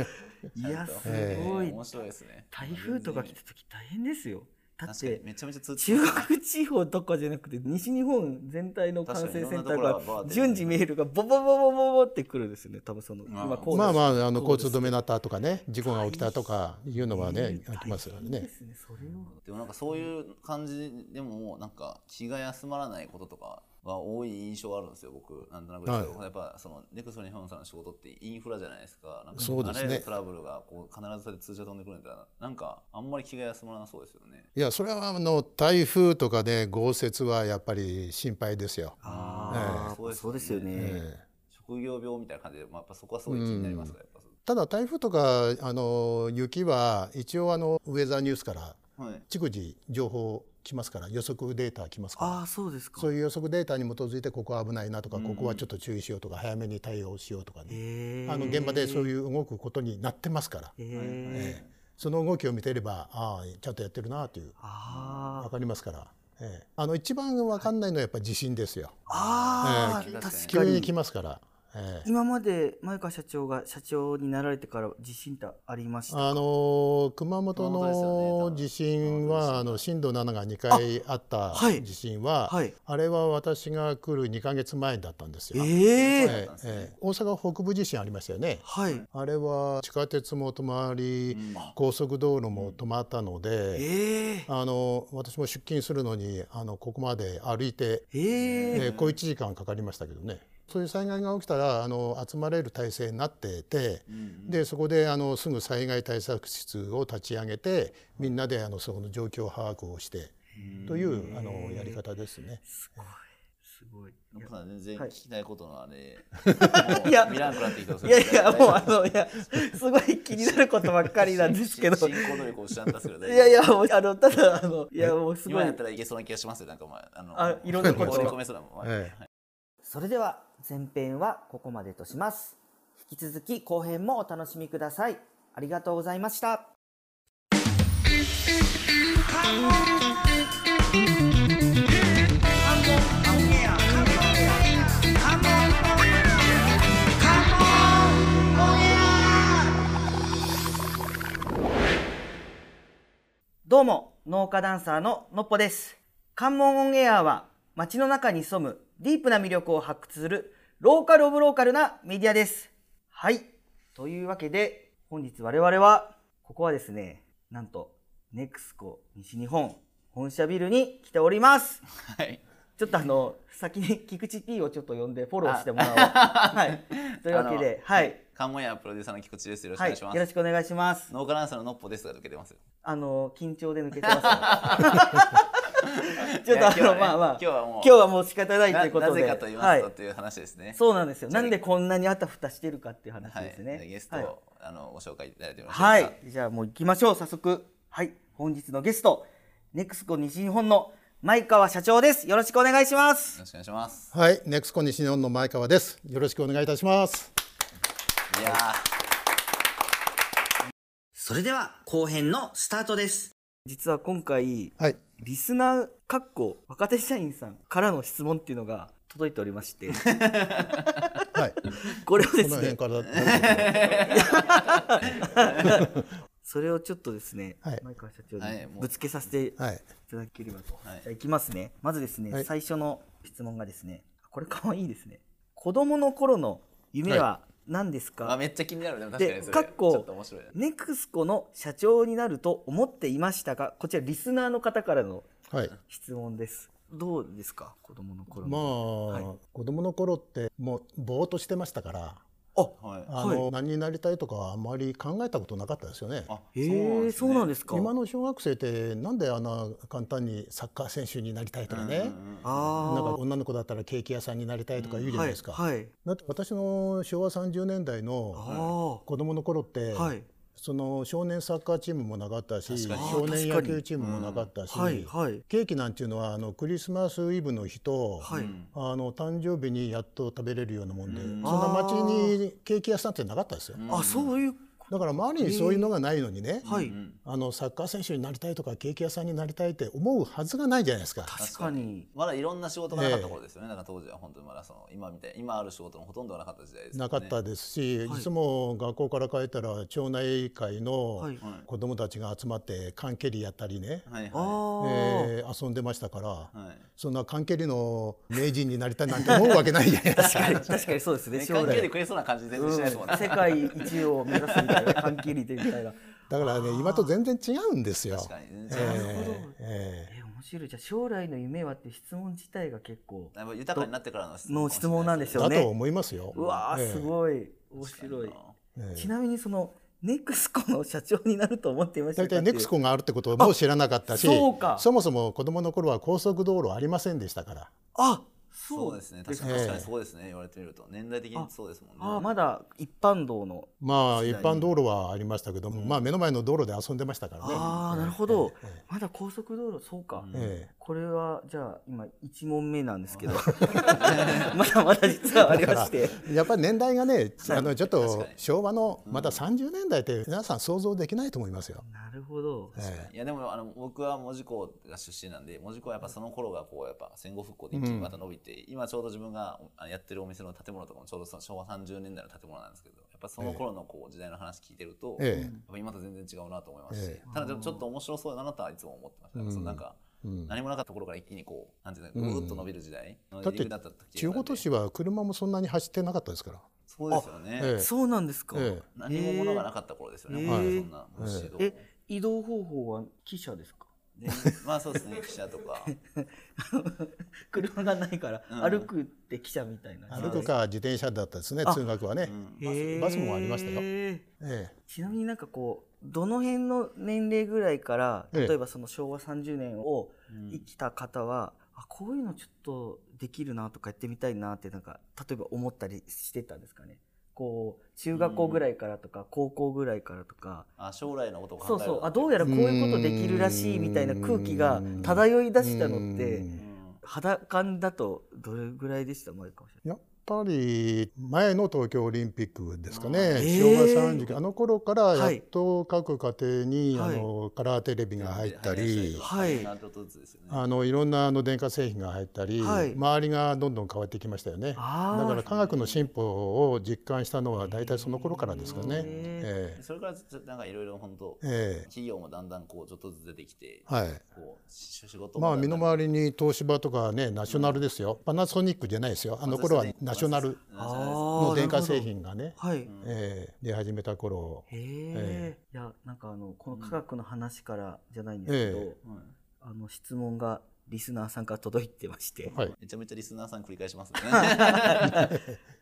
Speaker 1: いや、す
Speaker 3: え
Speaker 1: ごい。
Speaker 2: 面白いですね
Speaker 1: 台風とか来た時大変ですよ。だっ
Speaker 2: 確かに
Speaker 1: て、
Speaker 2: めちゃめちゃ通知
Speaker 1: 中国地方とかじゃなくて、西日本全体の感染センターが
Speaker 2: 確かにいろんなところがバーで
Speaker 1: 順次メールがボボボボボボボってくるんですよね。多分その、今こう
Speaker 3: まあま
Speaker 1: あ、
Speaker 3: ああの交通止めになったとかね、事故が起きたとかいうのはね、ありますよ
Speaker 1: いい
Speaker 3: ね
Speaker 1: で。すね、それを。
Speaker 2: でもなんかそういう感じでもなんか気が休まらないこととかは多い印象があるんですよ僕なんとなくですけど、
Speaker 3: は
Speaker 2: やっぱそのネクスト日本さんの仕事ってインフラじゃないですかなんか
Speaker 3: そうですね
Speaker 2: あらゆるトラブルがこう必ずそれで通常飛んでくるんだったらなんかあんまり気が休まらなそうですよね
Speaker 3: いや、それはあの台風とかで豪雪はやっぱり心配ですよ。
Speaker 1: ああ、
Speaker 2: ええ
Speaker 1: そうですよね。
Speaker 3: ええ
Speaker 2: 職業病みたいな感じで、まあ、やっぱそこはすごい気になりますから、やっぱ
Speaker 3: ただ台風とかあの雪は一応あのウェザーニュースから
Speaker 2: そはい
Speaker 3: 逐次情報来ますから予測データ来ますから。
Speaker 1: ああ、そうですか。
Speaker 3: そういう予測データに基づいてここは危ないなとか、ここはちょっと注意しようとか早めに対応しようとかね、
Speaker 1: へえ
Speaker 3: あの現場でそういう動くことになってますから、
Speaker 1: へえ
Speaker 3: ええその動きを見てればああちゃんとやってるなという
Speaker 1: あ
Speaker 3: わかりますから、ええ、あの一番わかんないのはやっぱ地震ですよ。
Speaker 1: あああ、
Speaker 2: ええ
Speaker 1: 確
Speaker 3: 急
Speaker 1: か
Speaker 3: に
Speaker 1: に
Speaker 3: 来ますから、ええ、
Speaker 1: 今まで前川社長が社長になられてから地震ってありました
Speaker 3: あの熊本
Speaker 2: 熊本ですよね多
Speaker 3: の
Speaker 2: 分
Speaker 3: 地震はあの震度7が2回あった
Speaker 1: はい
Speaker 3: 地震は、
Speaker 1: はい
Speaker 3: あれは私が来る2か月前だったんですよ。
Speaker 1: ええ
Speaker 3: ええええ大阪北部地震ありましたよね。
Speaker 1: はい
Speaker 3: あれは地下鉄も止まり、高速道路も止まったので、
Speaker 1: ええ
Speaker 3: あの私も出勤するのにあのここまで歩いて
Speaker 1: ええ
Speaker 3: えー、小1時間かかりましたけどねそういう災害が起きたらあの集まれる体制になってて、でそこであのすぐ災害対策室を立ち上げてみんなであのそこの状況把握をしてというあのやり方ですね。
Speaker 1: すごい
Speaker 2: ノッポさん全然
Speaker 1: はい
Speaker 2: 聞きたいことのあ
Speaker 1: (laughs)
Speaker 2: れ、
Speaker 1: いや
Speaker 2: もうミランクなってきてます
Speaker 1: いやいやもうあのいやすごい気になることばっかりなんです
Speaker 2: (laughs)
Speaker 1: けど
Speaker 2: 進
Speaker 1: い
Speaker 2: 行能力を失ったっすけど大丈夫
Speaker 1: やいやもうあのただあのいやもうすご
Speaker 2: 今や
Speaker 1: い
Speaker 2: ったらいけそうな気がしますよ。なんかまああの
Speaker 1: あいろんなことを
Speaker 2: 申し込めそうだもん。
Speaker 3: え
Speaker 1: それでは前編はここまでとします引き続き後編もお楽しみくださいありがとうございましたどうも農家ダンサーののっぽです関門オンエアは街の中に潜むディープな魅力を発掘するローカルオブローカルなメディアですはいというわけで本日我々はここはですねなんとネクスコ西日本本社ビルに来ております
Speaker 2: はい。
Speaker 1: ちょっとあの先に菊池 P をちょっと呼んでフォローしてもらおうはいというわけではい
Speaker 2: カンモヤプロデューサーの菊池です。よろしくお
Speaker 1: は
Speaker 2: 願
Speaker 1: い
Speaker 2: いしま
Speaker 1: よ
Speaker 2: す。
Speaker 1: ろしくお願いします
Speaker 2: 農家ダンサーのノッポですが抜けてますよ。
Speaker 1: あの緊張で抜けてます
Speaker 2: (laughs)
Speaker 1: ちょっ
Speaker 2: い
Speaker 1: と
Speaker 2: や
Speaker 1: あ
Speaker 2: 今日は
Speaker 1: の
Speaker 2: ね
Speaker 1: まあまあ
Speaker 2: 今日はも
Speaker 1: 今
Speaker 2: う
Speaker 1: 日はもう仕方ないと
Speaker 2: な
Speaker 1: いうこと
Speaker 2: な
Speaker 1: で
Speaker 2: ぜかと言いますと
Speaker 1: は
Speaker 2: っていう話ですね
Speaker 1: い、。そうなんですよ
Speaker 2: じゃ
Speaker 1: な
Speaker 2: あ
Speaker 1: んでこんなにあたふたしてるかっていう話
Speaker 2: はい
Speaker 1: ですね、
Speaker 2: ゲスト
Speaker 1: はい
Speaker 2: をあのご紹介いただいてみましょうか。
Speaker 1: はい、じゃあもう行きましょう早速はい本日のゲストネクスコ西日本の前川社長ですよろしくお願いします
Speaker 2: よろしくお願いします。
Speaker 3: えはい、ネクスコ西日本の前川です。よろしくお願いいたします。
Speaker 2: いや
Speaker 1: それでは後編のスタートです実は今回
Speaker 3: はい、
Speaker 1: リスナーかっこ若手社員さんからの質問っていうのが届いておりまして
Speaker 3: はい、こ
Speaker 1: (laughs) これをで
Speaker 3: の
Speaker 1: す
Speaker 3: 辺
Speaker 1: ね
Speaker 3: から。
Speaker 1: そそれをちょっとですね、
Speaker 3: はい
Speaker 1: 前川社長
Speaker 2: は
Speaker 1: に
Speaker 2: いもう
Speaker 1: ぶつけさせてい
Speaker 3: はい
Speaker 1: ただければと、
Speaker 2: はい
Speaker 1: じゃあいきますねまずですね、
Speaker 3: はい
Speaker 1: 最初の質問がですねこれ可愛いですね子供の頃の夢は何ですか、
Speaker 2: あめっちゃ気になるでも確かにそれ
Speaker 1: かっこ
Speaker 2: ちょっと面白いね
Speaker 1: ネクスコの社長になると思っていましたがこちらリスナーの方からの (laughs)
Speaker 3: はい
Speaker 1: 質問ですどうですか子供の頃
Speaker 3: ま
Speaker 1: の
Speaker 3: あ、
Speaker 1: はい
Speaker 3: 子供の頃ってもうぼーっとしてましたから
Speaker 1: あ
Speaker 2: はいあ
Speaker 3: あの、何になりたいとかはあまり考えたことなかったですよね。
Speaker 1: へえそうなん
Speaker 2: で
Speaker 1: ですか
Speaker 3: 今の小学生ってなんであんな簡単にサッカー選手になりたいとかね、
Speaker 1: あ
Speaker 3: なん
Speaker 1: ー
Speaker 3: か女の子だったらケーキ屋さんになりたいとか言うじゃないですか。
Speaker 1: はい、はい、
Speaker 3: だって私の昭和30年代の
Speaker 1: あ
Speaker 3: 子供の頃って、
Speaker 1: あはい
Speaker 3: その少年サッカーチームもなかった
Speaker 2: 確
Speaker 3: し
Speaker 2: かに
Speaker 3: 少年
Speaker 1: あー
Speaker 3: 野
Speaker 1: 確か
Speaker 3: 球
Speaker 1: に
Speaker 3: チームもなかったし、
Speaker 1: はいはい
Speaker 3: ケーキなんていうのはあのクリスマスイブの日と、
Speaker 1: はい、
Speaker 3: あの誕生日にやっと食べれるようなもんで、
Speaker 2: うん
Speaker 3: そんな町にケーキ屋さんってなかったですよ、
Speaker 1: あそういう
Speaker 3: だから周りにそういうのがないのにね、
Speaker 1: は
Speaker 2: う
Speaker 1: い
Speaker 2: ん
Speaker 3: あのサッカー選手になりたいとかケーキ屋さんになりたいって思うはずがないじゃないですか。
Speaker 1: 確かに
Speaker 2: まだいろんな仕事がなかった頃ですよね、だから当時は本当にまだその今みたい今ある仕事のほとんどがなかった時代ですよね
Speaker 3: なかったですし、
Speaker 1: はい
Speaker 3: いつも学校から帰ったら町内会
Speaker 1: は
Speaker 3: の
Speaker 1: い
Speaker 2: はい
Speaker 3: 子どもたちが集まって缶蹴りやったりね、
Speaker 2: はい
Speaker 1: あ
Speaker 2: は
Speaker 1: ー
Speaker 3: えー遊んでましたから、
Speaker 2: いはい
Speaker 3: そんな缶蹴りの名人になりたいなんて思うわけないじゃないで
Speaker 1: (laughs) 確
Speaker 3: すか。
Speaker 1: かに確かにそうですね
Speaker 2: ね
Speaker 1: 将
Speaker 2: 関係
Speaker 1: 来
Speaker 2: でくれそうな感じ全
Speaker 1: う
Speaker 2: 然
Speaker 1: ん
Speaker 2: しないですもんね、
Speaker 1: 世界一を目指すみたいな関係にてみたい (laughs) な
Speaker 3: だからね今と全然違うんですよ。
Speaker 2: 確かに
Speaker 1: (laughs)
Speaker 2: 全
Speaker 3: え
Speaker 2: 然違います
Speaker 1: なるほど
Speaker 3: ええ
Speaker 1: え面白いじゃあ将来の夢はって質問自体が結構
Speaker 2: やっぱ豊かになってからの質問
Speaker 1: の質問なんでし
Speaker 3: え
Speaker 1: ょう
Speaker 3: だと
Speaker 1: ね
Speaker 3: 思いますよ。
Speaker 1: うわ
Speaker 3: え
Speaker 1: ー
Speaker 3: え
Speaker 1: すごい面白い
Speaker 3: ええ
Speaker 1: ちなみにそのネクスコの社長になると思っていました
Speaker 3: 大体ネクス
Speaker 1: コ
Speaker 3: コがあるってことをもう知らなかったし
Speaker 1: あそうか
Speaker 3: そもそも子供の頃は高速道路ありませんでしたから
Speaker 1: あ
Speaker 2: そ
Speaker 1: そうう
Speaker 2: で
Speaker 1: ですす
Speaker 2: ね
Speaker 1: ね
Speaker 2: 確かに確かにそうですね言われてみると年代的にそうですもんね
Speaker 1: あーまだ一般道の
Speaker 3: まあ一般道路はありましたけども、まあ目の前の道路で遊んでましたからね。
Speaker 1: ああなるほどまだ高速道路そうか
Speaker 2: うん
Speaker 3: え
Speaker 1: これはじゃあ今一問目なんですけど (laughs) まだまだ実はあり
Speaker 3: え
Speaker 1: ま
Speaker 3: だ
Speaker 1: し
Speaker 3: か
Speaker 1: て
Speaker 3: らやっぱり年代がね、あのちょっ
Speaker 2: 確
Speaker 3: と
Speaker 2: かに
Speaker 3: 昭和のまた30年代って皆さん想像できないと思いますよ。
Speaker 1: なるほど
Speaker 3: え
Speaker 2: いやでもあの僕は門司港が出身なんで門司港はやっぱその頃がこうやっぱ戦後復興で一気にまた伸びて、今ちょうど自分があやってるお店の建物とかもちょうどその昭和30年代の建物なんですけどやっぱその頃のこう時代の話聞いてると、
Speaker 3: ええ
Speaker 2: やっぱ今と全然違うなと思いますし、
Speaker 3: え
Speaker 2: ただでもちょっと面白そうだなとはいつも思ってました、
Speaker 3: うん
Speaker 2: そのなんか
Speaker 3: えうん
Speaker 2: 何もなかったところから一気にこうなんていうんですかぐーっと伸びる時代の
Speaker 3: だって
Speaker 2: 入りだった時
Speaker 3: 地方都市は車もそんなに走ってなかったですから。
Speaker 2: そうですよね、
Speaker 3: ええ
Speaker 1: そうなんですか
Speaker 3: ええ
Speaker 2: 何も物がなかった頃ですよね、
Speaker 1: ええ
Speaker 2: 本当にそんな物資とかも
Speaker 1: え移動方法は汽車ですか (laughs)
Speaker 2: でまあそうですね記者と
Speaker 3: (laughs)
Speaker 2: か
Speaker 1: 車がないから
Speaker 2: うん
Speaker 1: 歩くって汽車みたいな
Speaker 3: 歩くか自転車だったですね
Speaker 1: あ
Speaker 3: 通学はね、
Speaker 2: うん
Speaker 1: へー
Speaker 3: バスもありましたよえ
Speaker 1: ちなみになんかこうどの辺の年齢ぐらいから
Speaker 3: ええ
Speaker 1: 例えばその昭和30年を生きた方は、あこういうのちょっとできるなとかやってみたいなってなんか例えば思ったりしてたんですかねこう中学校ぐらいからとか高校ぐらいからとか、
Speaker 2: あ将来のことを考え
Speaker 1: そ
Speaker 2: る
Speaker 1: うそうあどうやらこういうことできるらしいみたいな空気が漂い
Speaker 3: え
Speaker 1: 出したのって
Speaker 3: うん
Speaker 2: うん
Speaker 1: 肌感だとどれぐらいでした前かもしれない。
Speaker 3: やっぱり前の東京オリンピックですかね、
Speaker 1: ー
Speaker 3: 昭和三十あの頃から
Speaker 1: は
Speaker 3: や
Speaker 1: い
Speaker 3: っと各家庭に、
Speaker 1: はい
Speaker 3: あのカラーテレビが入ったり、
Speaker 1: はい
Speaker 2: なんとずつですよね
Speaker 3: あのいろんなあの電化製品が入ったり、
Speaker 1: はい
Speaker 3: 周りがどんどん変わってきましたよね。だ
Speaker 1: あー
Speaker 3: から科学の進歩を実感したのは大体その頃からですかね。え
Speaker 2: それからちょっとなんかいろいろ本当
Speaker 3: ええ
Speaker 2: 企業もだんだんこうちょっとずつ出てきて
Speaker 3: えはい。
Speaker 2: こうし仕事も
Speaker 3: まあ
Speaker 2: だん
Speaker 3: 身
Speaker 2: だ
Speaker 3: の
Speaker 2: ん
Speaker 3: 回りに東芝とかねナショナルですよ。パナソニックじゃないですよ。あの頃はナショナル
Speaker 2: ナショナルです
Speaker 1: あー
Speaker 3: の電化製品がね、
Speaker 1: はい、
Speaker 3: ええ出始めた頃。
Speaker 1: へえ、いやなんかあのこの科学の話からじゃないんですけど、
Speaker 3: ええ
Speaker 2: うん
Speaker 1: あの質問がリスナーさんから届いてまして、
Speaker 3: はい。
Speaker 2: めちゃめちゃリスナーさん繰り返しますね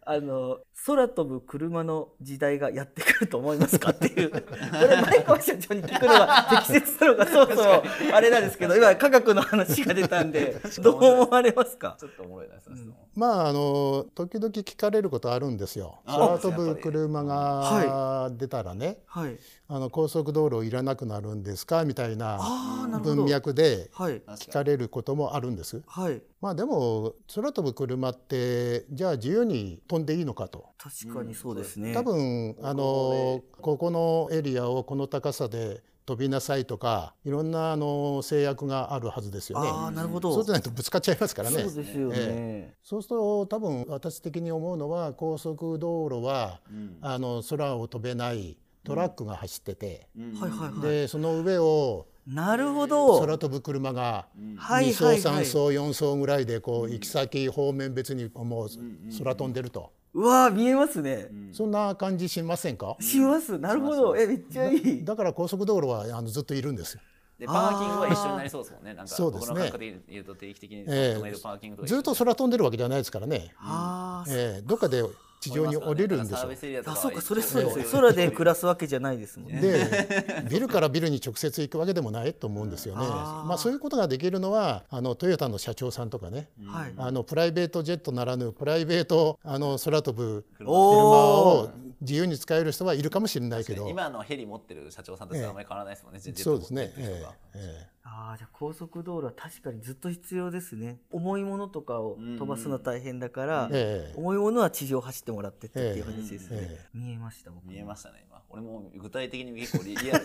Speaker 1: あの空飛ぶ車の時代がやってくると思いますかって
Speaker 3: (laughs)
Speaker 1: いうこれ前川社長に聞くのが適切なのかそうそうあれなんですけど今科学の話が出たん
Speaker 3: (laughs)
Speaker 1: でどう思われますか
Speaker 2: ちょっとおもろいなその質問
Speaker 3: まああの時々聞かれることあるんですよ。
Speaker 2: あ
Speaker 3: 空飛
Speaker 2: やっ
Speaker 3: ぶ
Speaker 2: ぱり
Speaker 3: 車が出たらね、
Speaker 1: はい
Speaker 3: あの高速道路いらなくなるんですかみたいな
Speaker 1: ああなるほ
Speaker 3: 文
Speaker 1: ど
Speaker 3: 脈で
Speaker 1: はい
Speaker 2: 確
Speaker 3: 聞
Speaker 2: か
Speaker 3: かれることもあるんです。
Speaker 1: はい
Speaker 3: まあでも空飛ぶ車ってじゃあ自由に飛んでいいのかと。
Speaker 1: 確かにそうですね、
Speaker 3: 多分あのここのエリアをこの高さで飛びなさいとかいろんなあの制約があるはずですよね。
Speaker 1: ああなるほど
Speaker 3: そうじゃないとぶつかっちゃいますからね。
Speaker 1: そうですよね、
Speaker 3: えそうすると多分私的に思うのは高速道路は
Speaker 2: にうん
Speaker 3: あの空を飛べないトラックが走ってて、
Speaker 2: うん
Speaker 1: はいはいはい。
Speaker 3: でその上を
Speaker 1: なるほど。
Speaker 3: 空飛ぶ車が
Speaker 2: うん
Speaker 1: はい
Speaker 3: 2層
Speaker 1: はいは
Speaker 3: 3
Speaker 1: い。
Speaker 3: 層4層ぐらいでこう行き先方面別にもう空飛んでると
Speaker 1: うわー見えますね。
Speaker 3: そんな感じしませんか
Speaker 1: します。なるほど。えめっちゃいい。
Speaker 3: だから高速道路はあのずっといるんですよ。
Speaker 2: でパーキングは一緒になりそうですもんね。なんか
Speaker 3: そうで
Speaker 2: 僕
Speaker 3: すね
Speaker 2: の感覚で言うと定期的に
Speaker 3: ええ
Speaker 2: 止めるパーキングとか一緒
Speaker 3: ずっと空飛んでるわけじゃないですからね、
Speaker 1: あー
Speaker 3: ええどっかで地上に降りるんです
Speaker 2: サー
Speaker 3: よ
Speaker 2: ビ。スエリアと
Speaker 1: あ
Speaker 2: かは
Speaker 1: そうかそれそうですね。
Speaker 2: 一応
Speaker 1: 空で暮らすわけじゃないですもんね。
Speaker 3: でビルからビルに直接行くわけでもないと思うんですよね。まあ、そういうことができるのはあのトヨタの社長さんとかね、
Speaker 1: はい。
Speaker 3: あのプライベートジェットならぬプライベートあの空飛ぶ車
Speaker 1: お
Speaker 3: を
Speaker 1: お。
Speaker 3: 自由に使える人はいるかもしれないけど、
Speaker 2: 今のヘリ持ってる社長さんとあんまり変わらないですもんね。ジェット
Speaker 3: そうですね、
Speaker 2: ジェット機とか
Speaker 3: えええ
Speaker 1: ああじゃあ高速道路は確かにずっと必要ですね。重いものとかを飛ばすの大変だから、
Speaker 3: えええ
Speaker 1: 重いものは地上走ってもらってっていう話ですね。
Speaker 3: え
Speaker 1: 見えました僕。
Speaker 2: 見えましたね今。俺も具体的に結構リリアルに。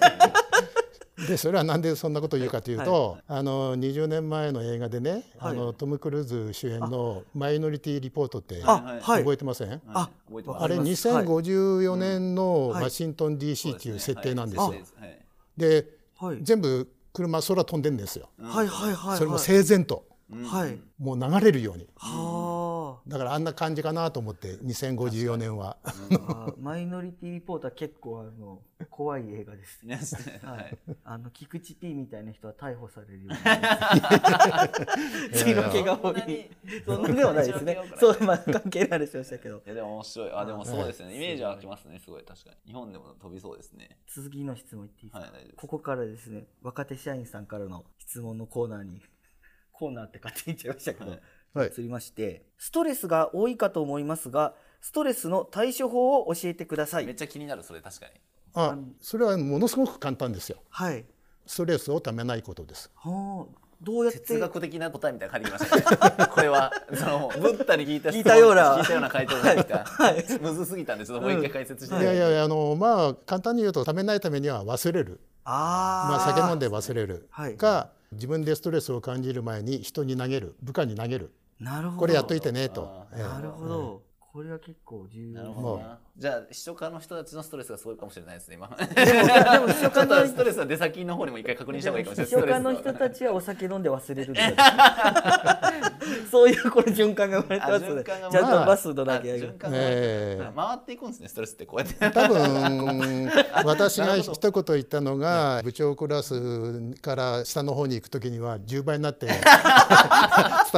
Speaker 3: でそれはなんでそんなことを言うかというと、あの20年前の映画でね、
Speaker 1: はい
Speaker 3: あのトム・クルーズ主演の「マイノリティ・リポート」って
Speaker 1: あ
Speaker 2: はい
Speaker 1: はい。
Speaker 3: 覚えてません、
Speaker 1: あ
Speaker 2: 覚えてます
Speaker 3: あれ
Speaker 1: わかりますはい
Speaker 3: 2054年の
Speaker 1: はい
Speaker 3: ワ (laughs) シントン DC っていう設定なんですよ。
Speaker 2: はいそうです
Speaker 3: で
Speaker 1: はい。
Speaker 3: 全部車空飛んでんですよ。
Speaker 1: はいはいはい。
Speaker 3: それも整然と
Speaker 1: はい。はい。
Speaker 3: もう流れるように。
Speaker 1: は
Speaker 3: だからあんな感じかなと思って2054年は。
Speaker 1: ああ。マイノリティリポーター結構あの怖い映画ですね。
Speaker 2: ねして
Speaker 1: は
Speaker 2: はいい。
Speaker 1: あの菊池 P みたいな人は逮捕されるような (laughs) 血の気が多い。 (laughs) そんなではないですね。そうまあ関係ない話をしたけど。
Speaker 2: いやでも面白い。あ、でもそうですね。イメージは湧きますね。すごい確かに。日本でも飛びそうですね。
Speaker 1: 次の質問いっていいですか、
Speaker 2: はい大丈夫です
Speaker 1: ここからですね若手社員さんからの質問のコーナーにコーナーって勝手に言っちゃいましたけど、
Speaker 2: はい
Speaker 3: はい
Speaker 1: 移りましてストレスが多いかと思いますがストレスの対処法を教えてくださ
Speaker 2: めっ
Speaker 1: い
Speaker 2: ちゃ気になるそれ確かに。
Speaker 3: あそれはものすごく簡単ですよ。
Speaker 1: はい
Speaker 3: ストレスをためないことです。
Speaker 1: はあどうやって
Speaker 2: 哲学的な答えみたいなの書いてきましたね。
Speaker 1: (laughs)
Speaker 2: これはそのブッダに聞いた質
Speaker 1: 聞
Speaker 2: 問
Speaker 1: いたような
Speaker 2: 聞いたような回答ができた。むずすぎたんでちょっともう一回解説して。
Speaker 3: いやいやいやあのまあ簡単に言うとためないためには忘れる。ま
Speaker 1: あ
Speaker 3: あ
Speaker 1: ー
Speaker 3: 酒飲んで忘れる
Speaker 1: はい。
Speaker 3: か自分でストレスを感じる前に人に投げる部下に投げる。
Speaker 1: なるほど
Speaker 3: これやっといてねと。ええ
Speaker 1: なるほど、これは結構重
Speaker 2: な
Speaker 1: 要
Speaker 2: るほどな。じゃあ、秘書家の人たちのストレスがすごいかもしれないですね、今。
Speaker 1: でも秘書家
Speaker 2: ちょっと
Speaker 1: の
Speaker 2: ストレスは出先の方にも一回確認した方がいいかもしれない。
Speaker 1: 秘書家の
Speaker 2: スト
Speaker 1: 人
Speaker 2: レスは
Speaker 1: たちはお酒飲んで忘れるんだよ (laughs) そういうこれ循環が生まれてますので
Speaker 2: あ循環が
Speaker 1: ちゃんとバスの投げ上げ
Speaker 2: あ循環が
Speaker 3: ええ
Speaker 1: (laughs)
Speaker 2: 回っていくんですね、ストレスってこうやって。
Speaker 3: 多分私が一言言ったのが部長クラスから下の方に行く時には10倍
Speaker 1: (laughs)
Speaker 3: になって伝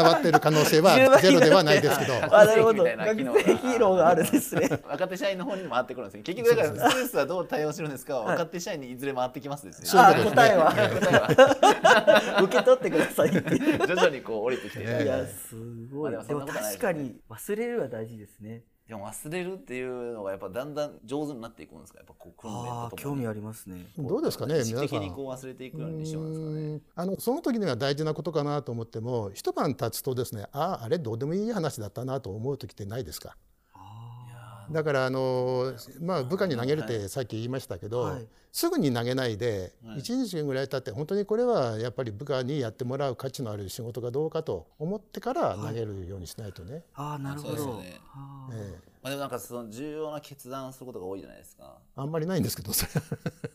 Speaker 3: わってる可能性はゼロではないですけど
Speaker 1: あなるほど
Speaker 2: みたいな
Speaker 1: 学
Speaker 2: 機
Speaker 1: 生ヒー
Speaker 2: 能が
Speaker 1: ローがあるんですね
Speaker 2: 若手社員の方にも回ってくるんですね。結局だから、ストレスはどう対応するんですかは、若手社員にいずれ回ってきますですね。
Speaker 3: そういうことですね
Speaker 1: 答えは受け取ってくださいって
Speaker 3: (laughs)
Speaker 1: いう
Speaker 2: 徐々にこう降りてきて。
Speaker 1: い
Speaker 2: い
Speaker 1: やすごい、
Speaker 2: まあ
Speaker 1: で
Speaker 2: で
Speaker 1: も
Speaker 2: もそんなことない
Speaker 1: 確かに忘れるは大事ですね
Speaker 2: や忘れるっていうのがやっぱだんだん上手になっていくんですかやっぱこう訓練
Speaker 1: ああ
Speaker 2: とと
Speaker 1: 興
Speaker 2: もに
Speaker 1: 味ありますね
Speaker 3: どうですかね
Speaker 2: 意識
Speaker 3: 皆
Speaker 2: 的
Speaker 3: さ
Speaker 2: に
Speaker 3: ん
Speaker 2: こう忘れていくようにしようんですかね
Speaker 3: うんあのその時には大事なことかなと思っても一晩経つとですねあああれどうでもいい話だったなと思う時ってないですかだからあの、まあ、部下に投げるってさっき言いましたけど、
Speaker 1: はい
Speaker 3: すぐに投げないで1日ぐらい経って本当にこれはやっぱり部下にやってもらう価値のある仕事かどうかと思ってから投げるようにしないとね。
Speaker 1: ああなるほ
Speaker 2: そう
Speaker 1: ど、
Speaker 2: ですよね
Speaker 1: あ
Speaker 3: え
Speaker 1: ー
Speaker 3: え
Speaker 2: まあ、でもなんかその重要な決断をすることが多いじゃないですか。
Speaker 3: あんまりないんですけどそ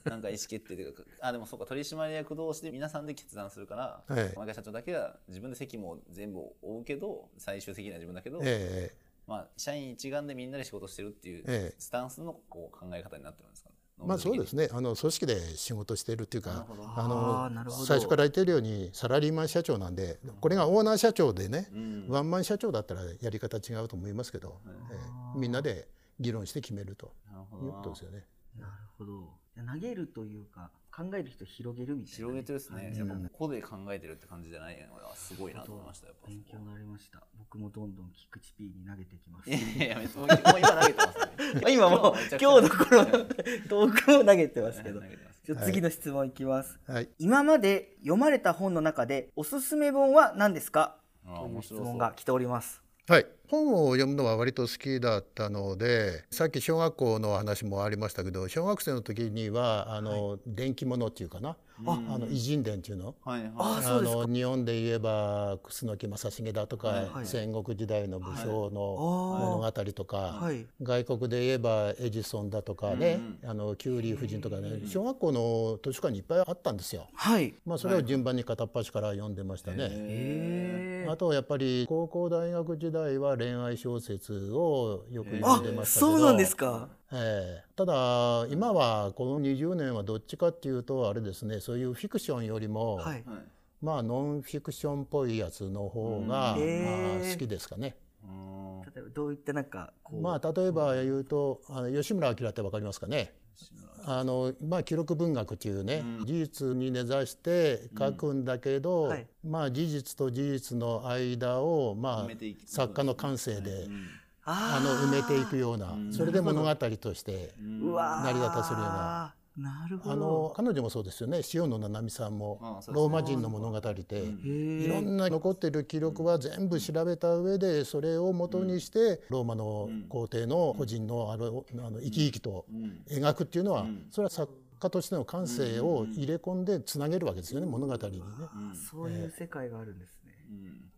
Speaker 2: なんか意思決定というか、あ、でもそうか、取締役同士で皆さんで決断するから、
Speaker 3: はい
Speaker 2: 毎回社長だけは自分で責務を全部負うけど、最終責任は自分だけど、
Speaker 3: れ、ええ
Speaker 2: まあ、社員一丸でみんなで仕事してるってい
Speaker 3: え
Speaker 2: う
Speaker 3: え
Speaker 2: スタンスのこう考え方になってるんですかね。
Speaker 3: まあそうです
Speaker 2: ね。
Speaker 3: ねあの組織で仕事してるっていう
Speaker 2: なる
Speaker 3: か
Speaker 2: ほど
Speaker 3: あ
Speaker 1: あーなる
Speaker 3: の
Speaker 1: ほど
Speaker 3: 最初から言ってるようにサラリーマン社長なんでこれがオーナー社長でね、ワンマン社長だったらやり方違うと思いますけど、ええみんなで議論して決めると
Speaker 2: なるほ
Speaker 3: いう
Speaker 2: ど
Speaker 3: こ
Speaker 2: な
Speaker 3: とですよね。
Speaker 1: なるほどいや投げるというか考える人広げるみたいなね、
Speaker 2: 広げてるですね。
Speaker 1: 感じ
Speaker 2: やっ
Speaker 1: な
Speaker 2: ぱ
Speaker 1: んで
Speaker 2: 個で考えてるって感じじゃないのはすごいなと思いました。やっぱそ
Speaker 1: 勉強
Speaker 2: こ
Speaker 1: になりました。僕もどんどん菊池 P に投げてきます
Speaker 2: い。やいやいや、もうもう今投げてますね。
Speaker 1: (laughs) 今もう
Speaker 2: めちゃくちゃ
Speaker 1: 今日のこのトークも投げてますけど
Speaker 2: 投げてます。
Speaker 1: じゃあ次の質問いきます。
Speaker 3: はい、
Speaker 1: 今まで読まれた本の中でおすすめ本は何ですか
Speaker 2: あー
Speaker 1: とい
Speaker 2: 面
Speaker 1: う
Speaker 2: 白
Speaker 1: 質
Speaker 2: そう
Speaker 1: 問が来ております。
Speaker 3: はい、本を読むのは割と好きだったのでさっき小学校の話もありましたけど小学生の時にはあの、電気物っていうかなあの偉人伝っていうの
Speaker 2: はいはい。
Speaker 1: あそ
Speaker 3: あ
Speaker 1: うですか
Speaker 3: の日本で言えば楠木正成だとか、
Speaker 2: はい
Speaker 1: はい
Speaker 3: 戦国時代の武将の物
Speaker 1: あ
Speaker 3: 語とか、
Speaker 1: あはい
Speaker 3: 外国で言えばエジソンだとかね、あのキュウリー夫人とかね、小学校の図書館にいっぱいあったんですよ。
Speaker 1: はい
Speaker 3: まあ、それを順番に片っ端から読んでましたね。
Speaker 1: え
Speaker 3: あとやっぱり高校大学時代は恋愛小説をよく読
Speaker 1: あ
Speaker 3: んでましたけど、
Speaker 1: そうなんですか
Speaker 3: ええただ今はこの20年はどっちかっていうとあれですねそういうフィクションよりも、
Speaker 1: はい
Speaker 2: はい
Speaker 3: まあノンフィクションっぽいやつの方が、
Speaker 1: うんへえ
Speaker 3: まあ、好きですかね。
Speaker 2: うん
Speaker 1: 例えばどういったなんかこう
Speaker 3: まあ例えば言うとあの吉村明ってわかりますかね。あのまあ、記録文学というね、事実に根ざして書くんだけど、
Speaker 1: うんはい
Speaker 3: まあ、事実と事実の間を、ま
Speaker 2: 埋
Speaker 3: あ
Speaker 2: めていく、
Speaker 3: 作家の感性で、
Speaker 1: あ
Speaker 3: あの
Speaker 1: ー
Speaker 3: 埋めていくような
Speaker 2: うん
Speaker 3: それで物語として、
Speaker 1: うわー
Speaker 3: 成り立たせるような
Speaker 1: なるほど
Speaker 3: あの彼女もそうですよね塩野七海さん
Speaker 2: あ
Speaker 3: も
Speaker 2: あそうですね
Speaker 3: ローマ人の物語で。
Speaker 1: へ
Speaker 3: いろ
Speaker 1: え
Speaker 3: んな残ってる記録は全部調べた上でそれを元にしてローマの皇帝の個人のあのあの生き生きと
Speaker 2: うん
Speaker 3: 描くっていうのは
Speaker 2: ん
Speaker 3: それは作家としての感性を入れ込んでつなげるわけですよね物語にね。
Speaker 2: うん
Speaker 1: そういう世界があるんですね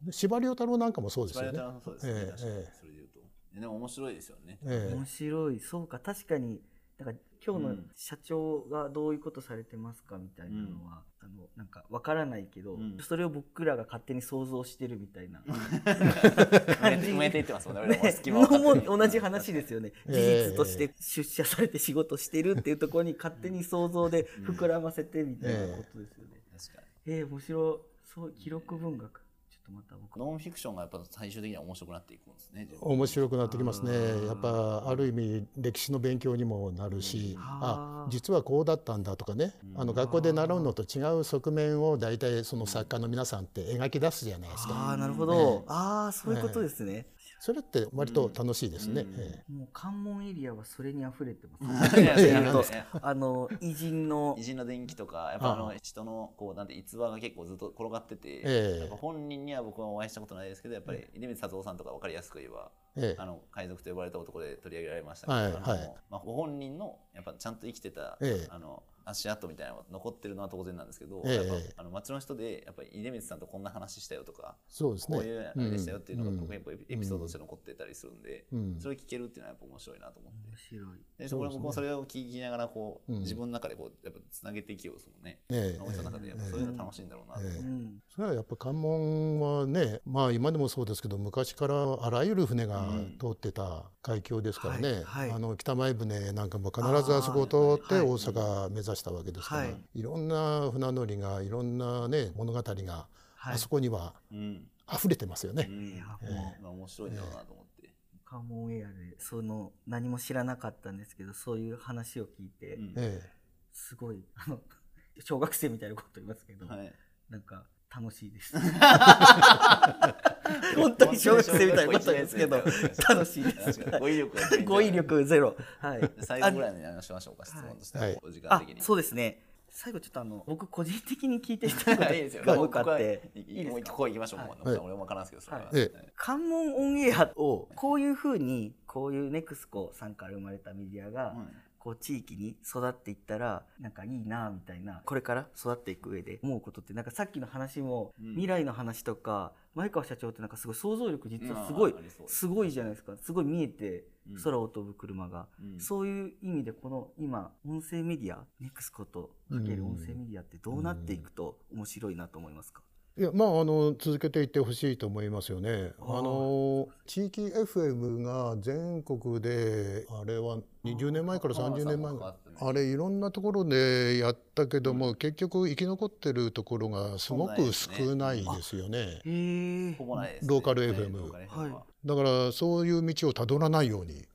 Speaker 2: うん
Speaker 3: 司馬遼太郎なんかもそうです
Speaker 2: バレ
Speaker 3: よ
Speaker 2: エ
Speaker 3: ね
Speaker 2: タ。ラそうですね
Speaker 3: え
Speaker 2: 確かに
Speaker 3: えええ
Speaker 2: それで言うとえでも面白いですよね
Speaker 3: ええ
Speaker 1: 面白いそうか確かになんか今日の社長がどういうことされてますかみたいなのは、あのなんかわからないけど、
Speaker 2: ん
Speaker 1: それを僕らが勝手に想像してるみたいな
Speaker 2: 埋めて埋めていってますもんね (laughs) 俺らも
Speaker 1: ね
Speaker 2: 隙間を
Speaker 1: (laughs) のも
Speaker 2: 勝手に
Speaker 1: 同じ話ですよね
Speaker 3: え
Speaker 1: 事実と
Speaker 3: (laughs) え
Speaker 1: して出社されて仕事してるっていうところに勝手に想像で膨らませてみたいなことですよね。
Speaker 2: 確かに
Speaker 1: えー、面白いそう記録文学ちょっとまた僕
Speaker 2: ノンフィクションがやっぱ最終的には面白くなっていくんですね自分
Speaker 3: 面白くなってきますねやっぱある意味歴史の勉強にもなるし、
Speaker 1: あ
Speaker 3: あ実はこうだったんだとかね、あの学校で習うのと違う側面を大体その作家の皆さんって描き出すじゃないですか
Speaker 1: ああなるほど、ああそういうことですね、
Speaker 3: それって割と楽しいですね、え
Speaker 1: もう関門エリアはそれに溢れてます、
Speaker 2: いやいやい
Speaker 1: え
Speaker 2: や
Speaker 1: っ
Speaker 2: なん
Speaker 1: と
Speaker 2: でね
Speaker 1: あの偉人の
Speaker 2: 偉人の伝記とかやっぱあの人のこうなんて逸話が結構ずっと転がってて、
Speaker 3: ええ
Speaker 2: やっぱ本人には僕はお会いしたことないですけどやっぱり出光達夫さんとか分かりやすく言えば、
Speaker 3: ええ
Speaker 2: あの海賊と呼ばれた男で取り上げられましたけど、
Speaker 3: はい
Speaker 2: あの
Speaker 3: はい
Speaker 2: まあ、ご本人のやっぱちゃんと生きてた、
Speaker 3: ええ
Speaker 2: あの足跡みたいなのが残ってるのは当然なんですけど、
Speaker 3: ええ
Speaker 2: やっぱあの町の人でやっぱり出光さんとこんな話したよとか。
Speaker 3: そうですね
Speaker 2: こういうあれでしたよっていうのが、
Speaker 3: うん
Speaker 2: 僕やっぱエピソードとして残ってたりするんで、
Speaker 3: うん
Speaker 2: それを聞けるっていうのはやっぱ面白いなと思って
Speaker 1: 面、白い
Speaker 2: でそこで僕もそれを聞きながらこう、
Speaker 3: うん
Speaker 2: 自分の中でこうやっぱつなげていきようですもんね。
Speaker 3: ええ
Speaker 2: 直人の中でやっぱそういうの楽しいんだろうなと、
Speaker 3: ええ
Speaker 1: うん
Speaker 3: それはやっぱ関門はねまあ今でもそうですけど昔からあらゆる船が通ってた海峡ですからね、
Speaker 1: はいはい
Speaker 3: あの北前船なんかも必ずあそこを通って大阪目指したわけですから、
Speaker 1: はいい、
Speaker 3: ろんな船乗りがいろんなね物語が
Speaker 1: はい
Speaker 3: あそこには
Speaker 2: うん
Speaker 3: 溢れてますよね。
Speaker 2: うん
Speaker 1: いやもう
Speaker 2: まあ面白いんだろうなと思って、
Speaker 1: 関門エリアでその何も知らなかったんですけどそういう話を聞いて、
Speaker 2: うん
Speaker 3: え
Speaker 1: すごいあの小学生みたいなこと言いますけど、
Speaker 2: はい、
Speaker 1: なんか楽しいです (laughs) 本当に小学生みたいなこと言うんですけど
Speaker 2: 本当に小学生
Speaker 1: 楽しいです
Speaker 2: 確かに語彙力が
Speaker 1: (laughs) 語彙力ゼロ (laughs) はい
Speaker 2: 最後ぐらいに話しましょうか質問としては、
Speaker 3: はい
Speaker 2: お時間
Speaker 1: あ
Speaker 2: 的に
Speaker 1: そうですね最後ちょっとあの僕個人的に聞いてみたいこ
Speaker 2: いいですよ
Speaker 1: とが多くあって
Speaker 2: もう一
Speaker 1: いいですか
Speaker 2: 個もう一個行きましょう、もう
Speaker 3: はい
Speaker 2: 俺も分からんですけどそれは、
Speaker 1: は
Speaker 3: ええ
Speaker 1: 関門オンエアをこういうふうにこういうネクスコさんから生まれたメディアが
Speaker 2: はい
Speaker 1: こう地域に育っていったらなんかいいなみたいなこれから育っていく上で思うことってなんかさっきの話も
Speaker 2: うん
Speaker 1: 未来の話とか前川社長ってなんかすごい想像力実はす
Speaker 2: まあ
Speaker 1: ごい
Speaker 2: ありそうです
Speaker 1: すごいじゃないですかすごい見えて
Speaker 2: うん
Speaker 1: 空を飛ぶ車が
Speaker 2: うん
Speaker 1: そういう意味でこの今音声メディアネクスコとかける音声メディアってどうなっていくと面白いなと思いますか
Speaker 3: えいやまああの続けていってほしいと思いますよね。あ
Speaker 1: あー
Speaker 3: の地域 FM が全国であれは20年前から30年前ぐらいあれいろんなところでやったけども、結局生き残ってるところがすごく少ないですよね。
Speaker 1: へえ
Speaker 2: ほぼないです、
Speaker 3: ローカル FM
Speaker 2: ローカル FM は
Speaker 3: だからそういう道をたどらないように、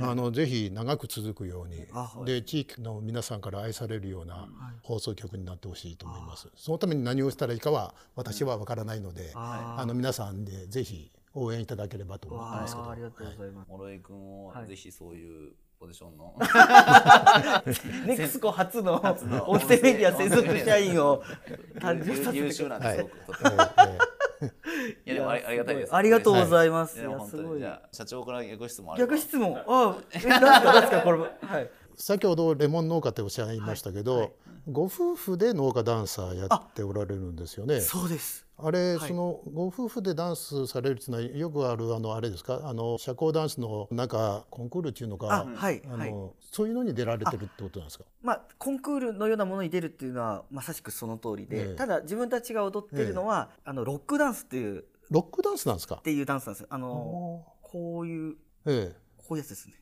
Speaker 3: あのぜひ長く続くように
Speaker 1: あ、はい
Speaker 3: で地域の皆さんから愛されるような放送局になってほしいと思います。そのために何をしたらいいかは私はわからないので、
Speaker 1: あー
Speaker 3: あの皆さんでぜひ応援いただければと思ってますけ
Speaker 1: わあ
Speaker 3: ど
Speaker 1: あり。がとうございます。
Speaker 2: 諸江君をぜひそういうポジション
Speaker 1: (laughs)
Speaker 2: の、
Speaker 1: ネクスコ初の
Speaker 2: の
Speaker 1: 音声メディア専属社員を誕生させ
Speaker 2: 優
Speaker 1: てく
Speaker 2: 秀
Speaker 1: だ
Speaker 2: なん
Speaker 3: は
Speaker 2: です
Speaker 3: い
Speaker 2: ごく、とても
Speaker 3: えええ
Speaker 2: やでもありあり (laughs) がたいです。
Speaker 1: ありがとうございます。
Speaker 2: いや
Speaker 1: いや
Speaker 2: 本
Speaker 1: す
Speaker 2: 当
Speaker 1: ご
Speaker 2: に
Speaker 1: い
Speaker 2: じ。ゃあ社長から逆質問あれば
Speaker 1: 逆質問。あ、え、なんですか、なんですか、これ。はい。
Speaker 3: 先ほどレモン農家っておっしゃいましたけど、ご夫婦で農家ダンサーやっておられるんですよね。
Speaker 1: そうです。
Speaker 3: あれ、
Speaker 1: はい
Speaker 3: そのご夫婦でダンスされるっていうのはよくあるあのあれですかあの社交ダンスのなんかコンクールっていうの
Speaker 1: あ
Speaker 3: か、
Speaker 1: はい、
Speaker 3: あ
Speaker 1: はい。
Speaker 3: のそういうのに出られてるってことなんですか
Speaker 1: まあ、コンクールのようなものに出るっていうのは、まさしくその通りで、
Speaker 3: ええ
Speaker 1: ただ自分たちが踊ってるのは、あのロックダンスっていう、
Speaker 3: ロックダンスなんですか
Speaker 1: っていうダンスなんですよ。あの、
Speaker 3: お
Speaker 1: こういう、
Speaker 3: ーええ、
Speaker 1: こういうやつですね。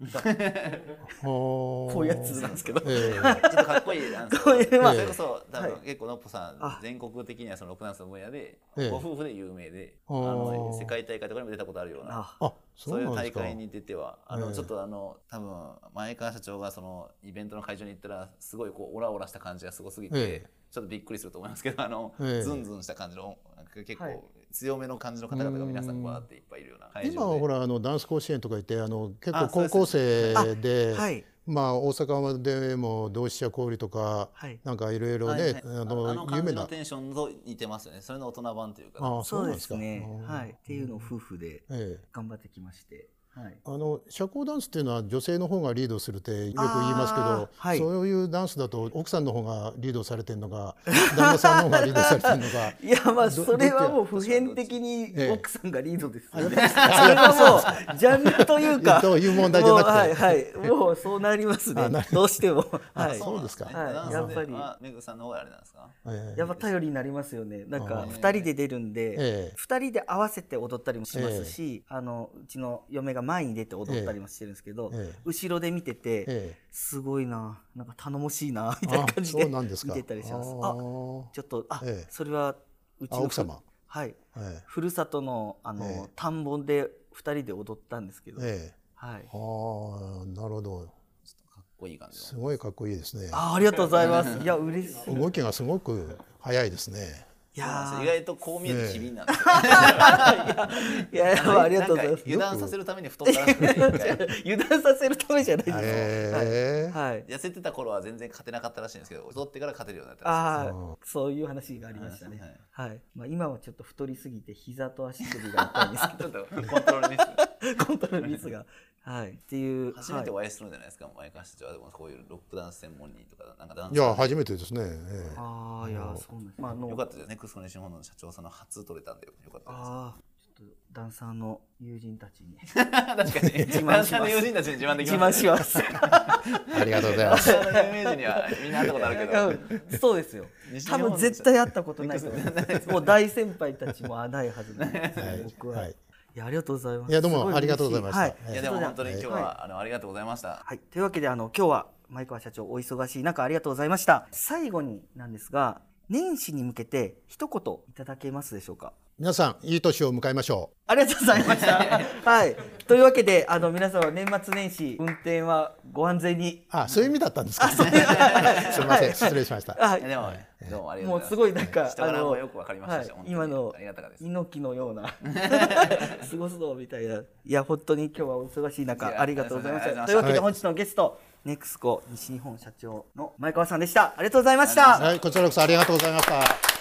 Speaker 3: こ
Speaker 1: こういうやつなんですけど。
Speaker 3: え
Speaker 2: ちょっとかっこいいダン
Speaker 1: (laughs)
Speaker 2: ス。
Speaker 1: こういうま
Speaker 3: あ
Speaker 2: それこそ多分
Speaker 1: は
Speaker 2: 結構のっぽさ
Speaker 1: あ
Speaker 2: ん全国的にはそのロックダンスの分野で
Speaker 3: ええ
Speaker 2: ご夫婦で有名で、あ
Speaker 3: あ
Speaker 2: の
Speaker 3: ー
Speaker 2: 世界大会とかにも出たことあるような。
Speaker 1: あ、
Speaker 3: え、あそ
Speaker 2: そううい
Speaker 3: な
Speaker 2: うん
Speaker 3: です
Speaker 2: 大
Speaker 3: か
Speaker 2: 会に出ては、あ
Speaker 3: え
Speaker 2: の
Speaker 3: え
Speaker 2: ちょっとあの多分前川社長がそのイベントの会場に行ったらすごいこうオラオラした感じがすごすぎて、
Speaker 3: ええ
Speaker 2: ちょっとびっくりすると思いますけど、あの、
Speaker 3: ええ
Speaker 2: ズンズンした感じのなんか結
Speaker 1: はい
Speaker 2: 構強めの感じの方々が皆さんこうやっていっぱいいるような会場で。
Speaker 3: 今はほらあのダンス甲子園とか行ってあの結構
Speaker 2: あそう
Speaker 3: 高
Speaker 2: です
Speaker 3: 校生で
Speaker 1: はい。
Speaker 3: まあ大阪でも同志社小売とか、
Speaker 1: はい
Speaker 3: なんかいろいろ
Speaker 2: はいは
Speaker 3: ね
Speaker 2: い、
Speaker 3: あ
Speaker 2: あの
Speaker 3: の
Speaker 2: 感
Speaker 3: 有名
Speaker 2: じの
Speaker 3: な
Speaker 2: テンションと似てますよね。それの大人版というか。
Speaker 3: あ
Speaker 1: そう
Speaker 3: なん
Speaker 1: ですね
Speaker 3: あ。ー
Speaker 1: はい。っていうのを夫婦で
Speaker 3: ええ
Speaker 1: 頑張ってきまして。はい。
Speaker 3: あの社交ダンスっていうのは女性の方がリードするってよく言いますけ
Speaker 1: あー
Speaker 3: ど、
Speaker 1: はい
Speaker 3: そういうダンスだと奥さんの方がリードされてるのか旦那さんの方がリードされてるのか
Speaker 1: いやまあ
Speaker 3: ど
Speaker 1: それはもう普遍的に
Speaker 3: ええ
Speaker 1: 奥さんがリードですよね。それはもうジャンルというか、
Speaker 3: と (laughs) いう問題じゃなくて
Speaker 1: もうはいはい、もうそうなりますね。どうしても、は
Speaker 3: あ
Speaker 1: い、
Speaker 3: そうですか
Speaker 1: はい
Speaker 2: ダンス
Speaker 1: やっぱ
Speaker 2: で
Speaker 1: り
Speaker 2: はメグさんの方があれなんですか。
Speaker 3: え
Speaker 1: (laughs)
Speaker 3: え
Speaker 1: やっぱ頼りになりますよね。なん
Speaker 3: あ
Speaker 1: か
Speaker 3: ー
Speaker 1: 二人で出るん
Speaker 3: え
Speaker 1: で
Speaker 3: え、
Speaker 1: 二人で合わせて踊ったりもしますし、あのうちの嫁が前に出て踊ったりもしてるんですけど
Speaker 3: ええ、
Speaker 1: 後ろで見てて。
Speaker 3: ええ
Speaker 1: すごいな、なんか頼もしいなみたいな感じ
Speaker 3: あ
Speaker 1: で
Speaker 3: そうなんです
Speaker 1: 見
Speaker 3: か
Speaker 1: てたりします。
Speaker 3: あ
Speaker 1: あ、
Speaker 3: ー
Speaker 1: ちょっとあ、
Speaker 3: ええ
Speaker 1: それはうちの
Speaker 3: あ奥様
Speaker 1: はい。
Speaker 3: え
Speaker 1: ふるさとのあの、
Speaker 3: ええ
Speaker 1: 田んぼで二人で踊ったんですけど、
Speaker 3: えええ
Speaker 1: はい
Speaker 3: あ。ーなるほど
Speaker 2: ちょっとかっこいい感じ
Speaker 3: す
Speaker 2: の。
Speaker 3: ごいかっこいいですね
Speaker 1: あ、ありがとうござい (laughs) ます。いや嬉しい。い
Speaker 3: 動きがすごく早いですね
Speaker 1: や
Speaker 2: 意
Speaker 1: ー
Speaker 2: 外とこう見えて機敏なんですよ。
Speaker 1: いやいやま (laughs) あありがとうございます。
Speaker 2: なんか油断させるために太ったらしくて一回
Speaker 1: (laughs) 油断させるためじゃないです。
Speaker 3: ええ
Speaker 1: はい。
Speaker 2: 痩せてた頃は全然勝てなかったらしいんですけど、太ってから勝てるようになったらしい
Speaker 1: ああ
Speaker 3: うん
Speaker 1: そういう話がありましたね。
Speaker 2: は
Speaker 1: はいい。まあ今はちょっと太りすぎて膝と足首が痛いんです
Speaker 2: です。ちょっとコントロールミス。
Speaker 1: け (laughs) ど、コントロールミスが。はい。っていう。
Speaker 2: 初めて
Speaker 1: はい
Speaker 2: お会いするんじゃないですか、前川社長は。でもこういうロックダンス専門にとか、なんかダン
Speaker 3: い
Speaker 2: ス。よ
Speaker 3: や初めてですね、ええ
Speaker 1: ああいやそうなんです。まああの
Speaker 2: かったですね。クスコ西日本の社長さんの初取れたんでよかったです。
Speaker 1: ああちょっとダンサーの友人た (laughs) ちに
Speaker 2: 確かに。自
Speaker 1: 慢します
Speaker 2: 慢の友人たちに自慢でき
Speaker 1: 自
Speaker 2: ま
Speaker 1: 慢
Speaker 2: す。
Speaker 1: します。
Speaker 3: ありがとうございます
Speaker 2: 自慢の有名人にはみんな会ったことあるけど。
Speaker 1: うんそうですよ
Speaker 2: 西日
Speaker 1: 多
Speaker 2: 本の
Speaker 1: 分絶対会ったことないと思います
Speaker 3: (laughs)
Speaker 1: もう大先輩たちもないはずなんですよ、
Speaker 3: はい
Speaker 1: 僕は、
Speaker 3: はい
Speaker 1: い、やありがとうございます
Speaker 3: いやどうも
Speaker 1: す嬉し
Speaker 3: ありがとうございました
Speaker 1: はい
Speaker 3: ええ
Speaker 2: いやでも本当に今日
Speaker 1: はい
Speaker 2: はあのありがとうございました。
Speaker 1: はい、というわけであの今日は前川社長お忙しい中ありがとうございました最後になんですが年始に向けて一言いただけますでしょうか
Speaker 3: 皆さんいい年を迎えましょ
Speaker 1: ありがとうございま
Speaker 3: (laughs)
Speaker 1: した。はい。というわけで、あの、皆様、年末年始、運転はご安全に
Speaker 3: う。あそういう意味だったんですか (laughs) すみません失礼しました
Speaker 1: あ
Speaker 2: いやでも、どうもありがと
Speaker 1: も
Speaker 2: う
Speaker 1: う
Speaker 2: ございます
Speaker 1: す。ごいなんか、
Speaker 2: 人柄
Speaker 1: あ
Speaker 2: も
Speaker 1: の
Speaker 2: よくわかりましたし、
Speaker 1: は
Speaker 2: 本
Speaker 1: い、
Speaker 2: 当
Speaker 1: 今
Speaker 2: に
Speaker 1: の
Speaker 2: ありがたかったです。
Speaker 1: 猪木のよう (laughs) な過ごすぞみたいな。いや本当に今日はお忙しい
Speaker 2: い
Speaker 1: 中
Speaker 2: や
Speaker 1: ありがとうございまし
Speaker 2: あり
Speaker 1: た。
Speaker 2: が
Speaker 1: と
Speaker 2: と
Speaker 1: いう
Speaker 2: う
Speaker 1: わ
Speaker 2: ご
Speaker 1: け
Speaker 3: ざいました
Speaker 1: で本日のゲスト、ネクスコ西日本社長の前川さんでした。ありがとうございました。
Speaker 3: はいこちらこそありがとうございました